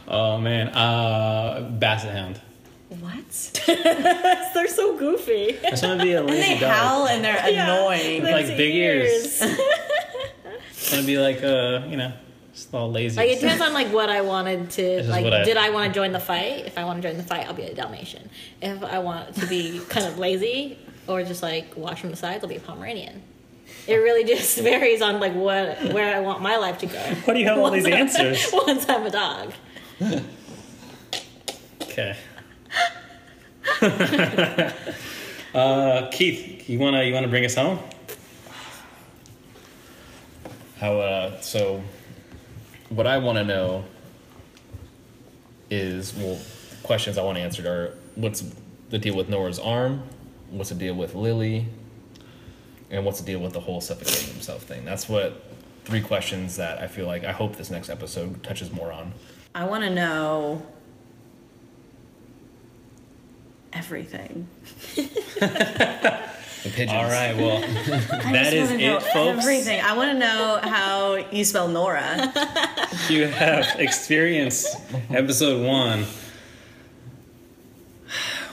[SPEAKER 1] Oh man, uh, basset hound.
[SPEAKER 3] What?
[SPEAKER 4] They're so goofy. [LAUGHS]
[SPEAKER 1] I just want to be a
[SPEAKER 3] They
[SPEAKER 1] lazy dog.
[SPEAKER 3] howl and they're annoying.
[SPEAKER 1] Like big ears. I want to be like uh, you know, just all lazy. [LAUGHS]
[SPEAKER 4] Like it depends on like what I wanted to
[SPEAKER 1] is
[SPEAKER 4] like.
[SPEAKER 1] what I-
[SPEAKER 4] Did I want to join the fight? If I want to join the fight, I'll be a Dalmatian. If I want to be kind of lazy or just like watch from the sides, I'll be a Pomeranian. It really just [LAUGHS] varies on like what where I want my life to go.
[SPEAKER 1] Why do you have all
[SPEAKER 3] [LAUGHS]
[SPEAKER 1] these answers?
[SPEAKER 4] [LAUGHS] Once I'm a dog.
[SPEAKER 1] Okay. [LAUGHS] uh, Keith, you wanna you wanna bring us home?
[SPEAKER 2] How uh so what I wanna know is well, questions I want answered are what's the deal with Nora's arm? What's the deal with Lily? And what's the deal with the whole suffocating himself thing? That's what three questions that I feel like I hope this next episode touches more on.
[SPEAKER 3] I want to know everything.
[SPEAKER 2] The pigeons.
[SPEAKER 1] All right, well,
[SPEAKER 3] [LAUGHS] I
[SPEAKER 1] that
[SPEAKER 3] just
[SPEAKER 1] is
[SPEAKER 3] wanna know
[SPEAKER 1] it, folks.
[SPEAKER 3] Everything. I want to know how you spell Nora.
[SPEAKER 1] You have experienced episode one.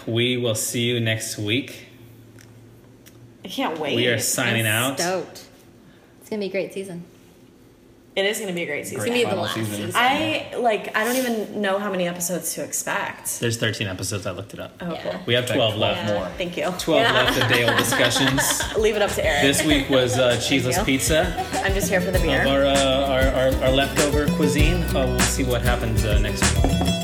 [SPEAKER 1] We will see you next week.
[SPEAKER 3] I can't wait.
[SPEAKER 1] We are signing
[SPEAKER 4] I'm
[SPEAKER 1] out.
[SPEAKER 4] Stoked.
[SPEAKER 5] It's gonna be a great season.
[SPEAKER 3] It is going to be a great season.
[SPEAKER 5] gonna be the last season.
[SPEAKER 3] I like. I don't even know how many episodes to expect.
[SPEAKER 1] There's 13 episodes. I looked it up.
[SPEAKER 3] Oh,
[SPEAKER 5] Yeah.
[SPEAKER 1] We have 12 left.
[SPEAKER 5] Yeah.
[SPEAKER 2] more.
[SPEAKER 3] Thank you.
[SPEAKER 1] 12 left of day old
[SPEAKER 3] [LAUGHS]
[SPEAKER 1] discussions.
[SPEAKER 3] Leave it up to Eric.
[SPEAKER 1] This week was uh, cheeseless pizza
[SPEAKER 3] I'm just here for the
[SPEAKER 1] of
[SPEAKER 3] beer.
[SPEAKER 1] our, uh, our, our, our leftover cuisine. Uh, we'll see what happens uh, next week.